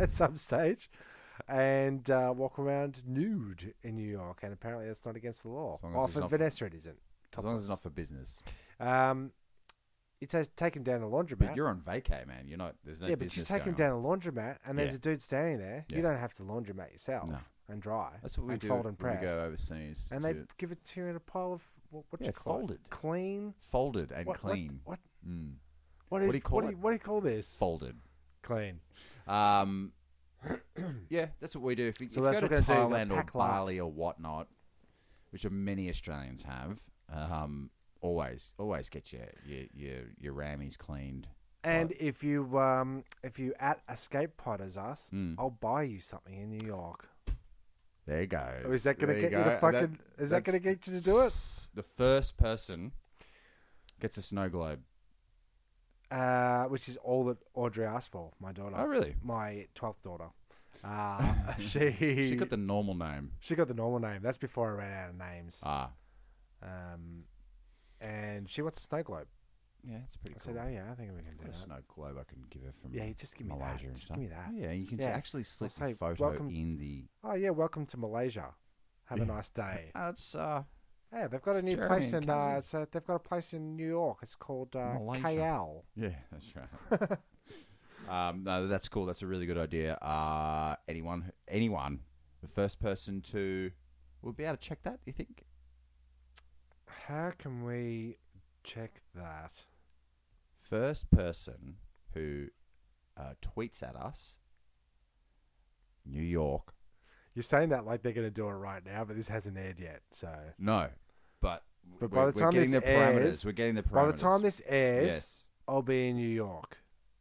S4: at some stage and uh, walk around nude in New York, and apparently that's not against the law.
S3: As long as
S4: Oh,
S3: it's
S4: for
S3: not-
S4: Vanessa, it isn't.
S3: as long as it's not
S4: Topless.
S3: for business.
S4: Um, you ta- take him down to the
S3: But
S4: laundromat.
S3: you're on vacay, man. You're not. There's no.
S4: yeah, but you
S3: business
S4: take him
S3: going on.
S4: down to the laundromat, and there's
S3: Yeah.
S4: a dude standing there. You
S3: Yeah.
S4: don't have to laundromat yourself
S3: No.
S4: and dry.
S3: That's what we
S4: and
S3: do
S4: Fold and
S3: when
S4: press.
S3: we go overseas.
S4: and they
S3: to-
S4: give it to you in a pile of what? What
S3: Yeah,
S4: you call
S3: folded.
S4: It? Clean.
S3: folded and
S4: what, what-
S3: clean.
S4: What?
S3: Mm.
S4: What
S3: do
S4: is?
S3: you call
S4: do
S3: it?
S4: you, what do you call this?
S3: Folded.
S4: Clean.
S3: Um, yeah, that's what we do. If you,
S4: So
S3: if
S4: that's
S3: you go
S4: what
S3: to
S4: we're gonna do,
S3: Thailand
S4: we'll
S3: or
S4: pack light.
S3: Bali or whatnot, which are many Australians have, um, always always get your your your, your rammies cleaned.
S4: And if you um, if you at escape pod as us,
S3: Mm.
S4: I'll buy you something in New York.
S3: There you go.
S4: Oh, Is that gonna
S3: There
S4: get you
S3: go.
S4: to
S3: And
S4: fucking? Is
S3: that-
S4: that gonna
S3: that's
S4: get you to do it?
S3: The first person gets a snow globe.
S4: uh, which is all that Audrey asked for. My daughter.
S3: Oh, really?
S4: My twelfth daughter. Uh, she
S3: She got the normal name.
S4: she got the normal name. That's before I ran out of names.
S3: Ah.
S4: Um, and she wants a snow globe.
S3: Yeah, it's pretty
S4: I
S3: cool.
S4: said, oh yeah, I think we can do
S3: Got a
S4: that.
S3: snow globe I can give her from
S4: Yeah, just give me
S3: Malaysia
S4: that.
S3: and
S4: Just
S3: stuff.
S4: give me that.
S3: Oh, yeah, you can
S4: Yeah.
S3: actually slip
S4: say,
S3: the photo
S4: welcome-
S3: in the.
S4: Oh yeah, welcome to Malaysia. Have a nice day.
S3: Oh, it's uh,
S4: Yeah, they've got a new
S3: Jeremy
S4: place
S3: and
S4: in. Uh,
S3: Kenzie.
S4: so they've got a place in New York. It's called uh,
S3: Malaysia.
S4: KL.
S3: Yeah, that's right. um, no, that's cool. That's a really good idea. Uh, anyone, anyone, the first person to will be able to check that. You think?
S4: How can we check that?
S3: First person who uh, tweets at us, New York.
S4: You're saying that like they're going to do it right now, but this hasn't aired yet. So
S3: No, but
S4: But
S3: we're,
S4: by
S3: we're
S4: the time
S3: getting
S4: this
S3: the parameters,
S4: airs-
S3: we're getting the parameters.
S4: by the time this airs,
S3: yes,
S4: I'll be in New York,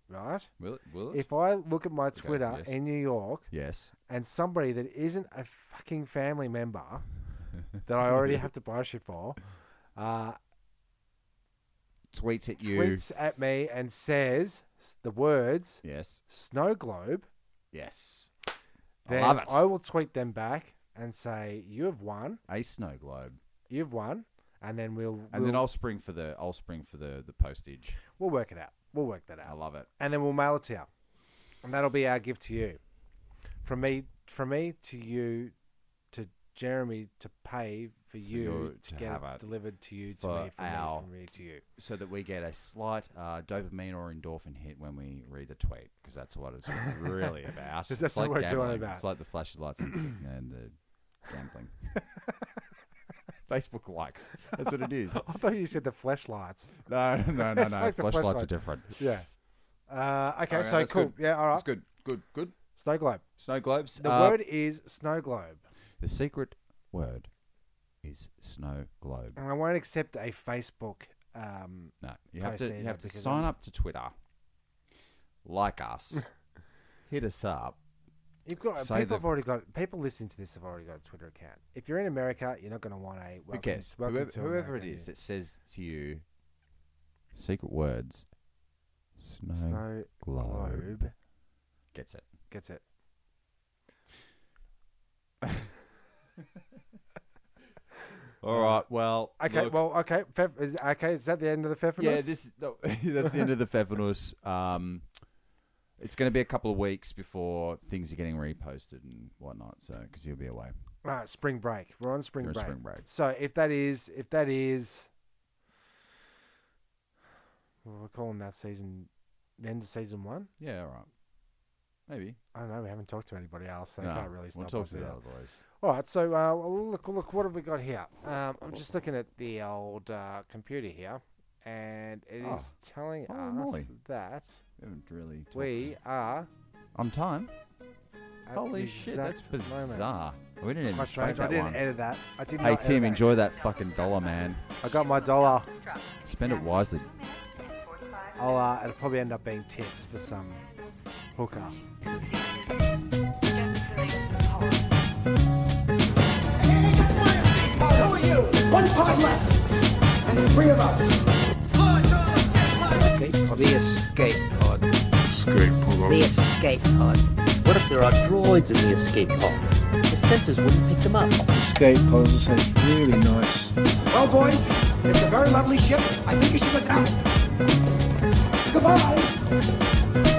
S4: right?
S3: will it? Will it?
S4: If I look at my Twitter
S3: yes.
S4: in New York
S3: yes.
S4: and somebody that isn't a fucking family member that I already have to buy shit for uh,
S3: Tweets at you.
S4: tweets at me and says s- the words
S3: Yes.
S4: snow globe,
S3: Yes.
S4: then
S3: I love it.
S4: will tweet them back and say, You have won,
S3: a snow globe.
S4: you've won. And then we'll, we'll,
S3: And then I'll spring for the I'll spring for the the postage.
S4: we'll work it out. We'll work that out.
S3: I love it.
S4: and then we'll mail it to you, and that'll be our gift to you. From me, from me to you, to Jeremy to pay for you
S3: your-
S4: to,
S3: to
S4: get
S3: have
S4: it
S3: it
S4: delivered to you to
S3: for
S4: me from,
S3: our-
S4: me from me to you.
S3: So that we get a slight uh, dopamine or endorphin hit when we read a tweet, because that's what it's really about.
S4: 'Cause
S3: It's
S4: that's what we're doing
S3: gambling.
S4: about.
S3: It's like the flashing lights and, and the gambling. Facebook likes. That's what it is.
S4: I thought you said the flashlights.
S3: No, no, no, no.
S4: It's like the
S3: Flashlights are
S4: flashlight.
S3: different.
S4: Yeah. Uh, okay,
S3: Okay,
S4: so
S3: that's
S4: cool.
S3: good.
S4: Yeah, all right.
S3: It's good, good, good.
S4: Snow globe.
S3: Snow globes.
S4: The
S3: uh,
S4: word is snow globe,
S3: The secret word is snow globe.
S4: and I won't accept a Facebook. Um,
S3: No, you have
S4: post
S3: to you
S4: either
S3: have to
S4: because
S3: sign
S4: I'm-
S3: up to Twitter, like us, hit us up.
S4: you've got
S3: Say
S4: people
S3: the-
S4: have already got people listening to this have already got a Twitter account. If you're in America, you're not going to want a welcome,
S3: Who cares?
S4: welcome
S3: Whoever,
S4: to
S3: whoever it
S4: America,
S3: is that says to you, secret words, snow,
S4: yeah. snow
S3: globe,
S4: globe.
S3: gets it.
S4: Gets it.
S3: All right. Well.
S4: Okay.
S3: look,
S4: well, okay. Fef- is, okay. Is that the end of the Fefinus?
S3: yeah. This no, that's the end of the Fevinus. Um, it's going to be a couple of weeks before things are getting reposted and whatnot. So because you'll be away.
S4: Right, spring break. We're on spring
S3: We're on
S4: break.
S3: spring break.
S4: So if that is, if that is, well, we're calling that season the end of season one.
S3: Yeah. All right. Maybe.
S4: I don't know. We haven't talked to anybody else. They
S3: No,
S4: can't really
S3: We'll
S4: stop
S3: talk
S4: us
S3: to the
S4: either.
S3: other boys.
S4: All right. So uh, well, look, look. What have we got here? Um, I'm just looking at the old uh, computer here, and it is
S3: Oh.
S4: telling
S3: Holy
S4: us
S3: moly.
S4: that
S3: We haven't really. talked
S4: we are.
S3: on time.
S4: at
S3: Holy
S4: the
S3: shit, that's
S4: exact moment.
S3: bizarre. We didn't even
S4: Quite
S3: fake
S4: strange. I
S3: that
S4: didn't
S3: one.
S4: edit that. I did
S3: Hey
S4: not edit
S3: Tim,
S4: that.
S3: enjoy that fucking dollar, man.
S4: I got my dollar.
S3: Spend it wisely.
S4: I'll uh, it'll probably end up being tips for some hooker.
S5: Who are you? One pod left, and there's three of us.
S2: Escape pod. The escape pod. The
S1: Skateboard.
S2: escape pod.
S6: What if there are droids in the escape pod? The sensors wouldn't pick them up.
S7: skate poses. That's really nice.
S5: Well, boys, it's a very lovely ship. I think you should look out. Goodbye.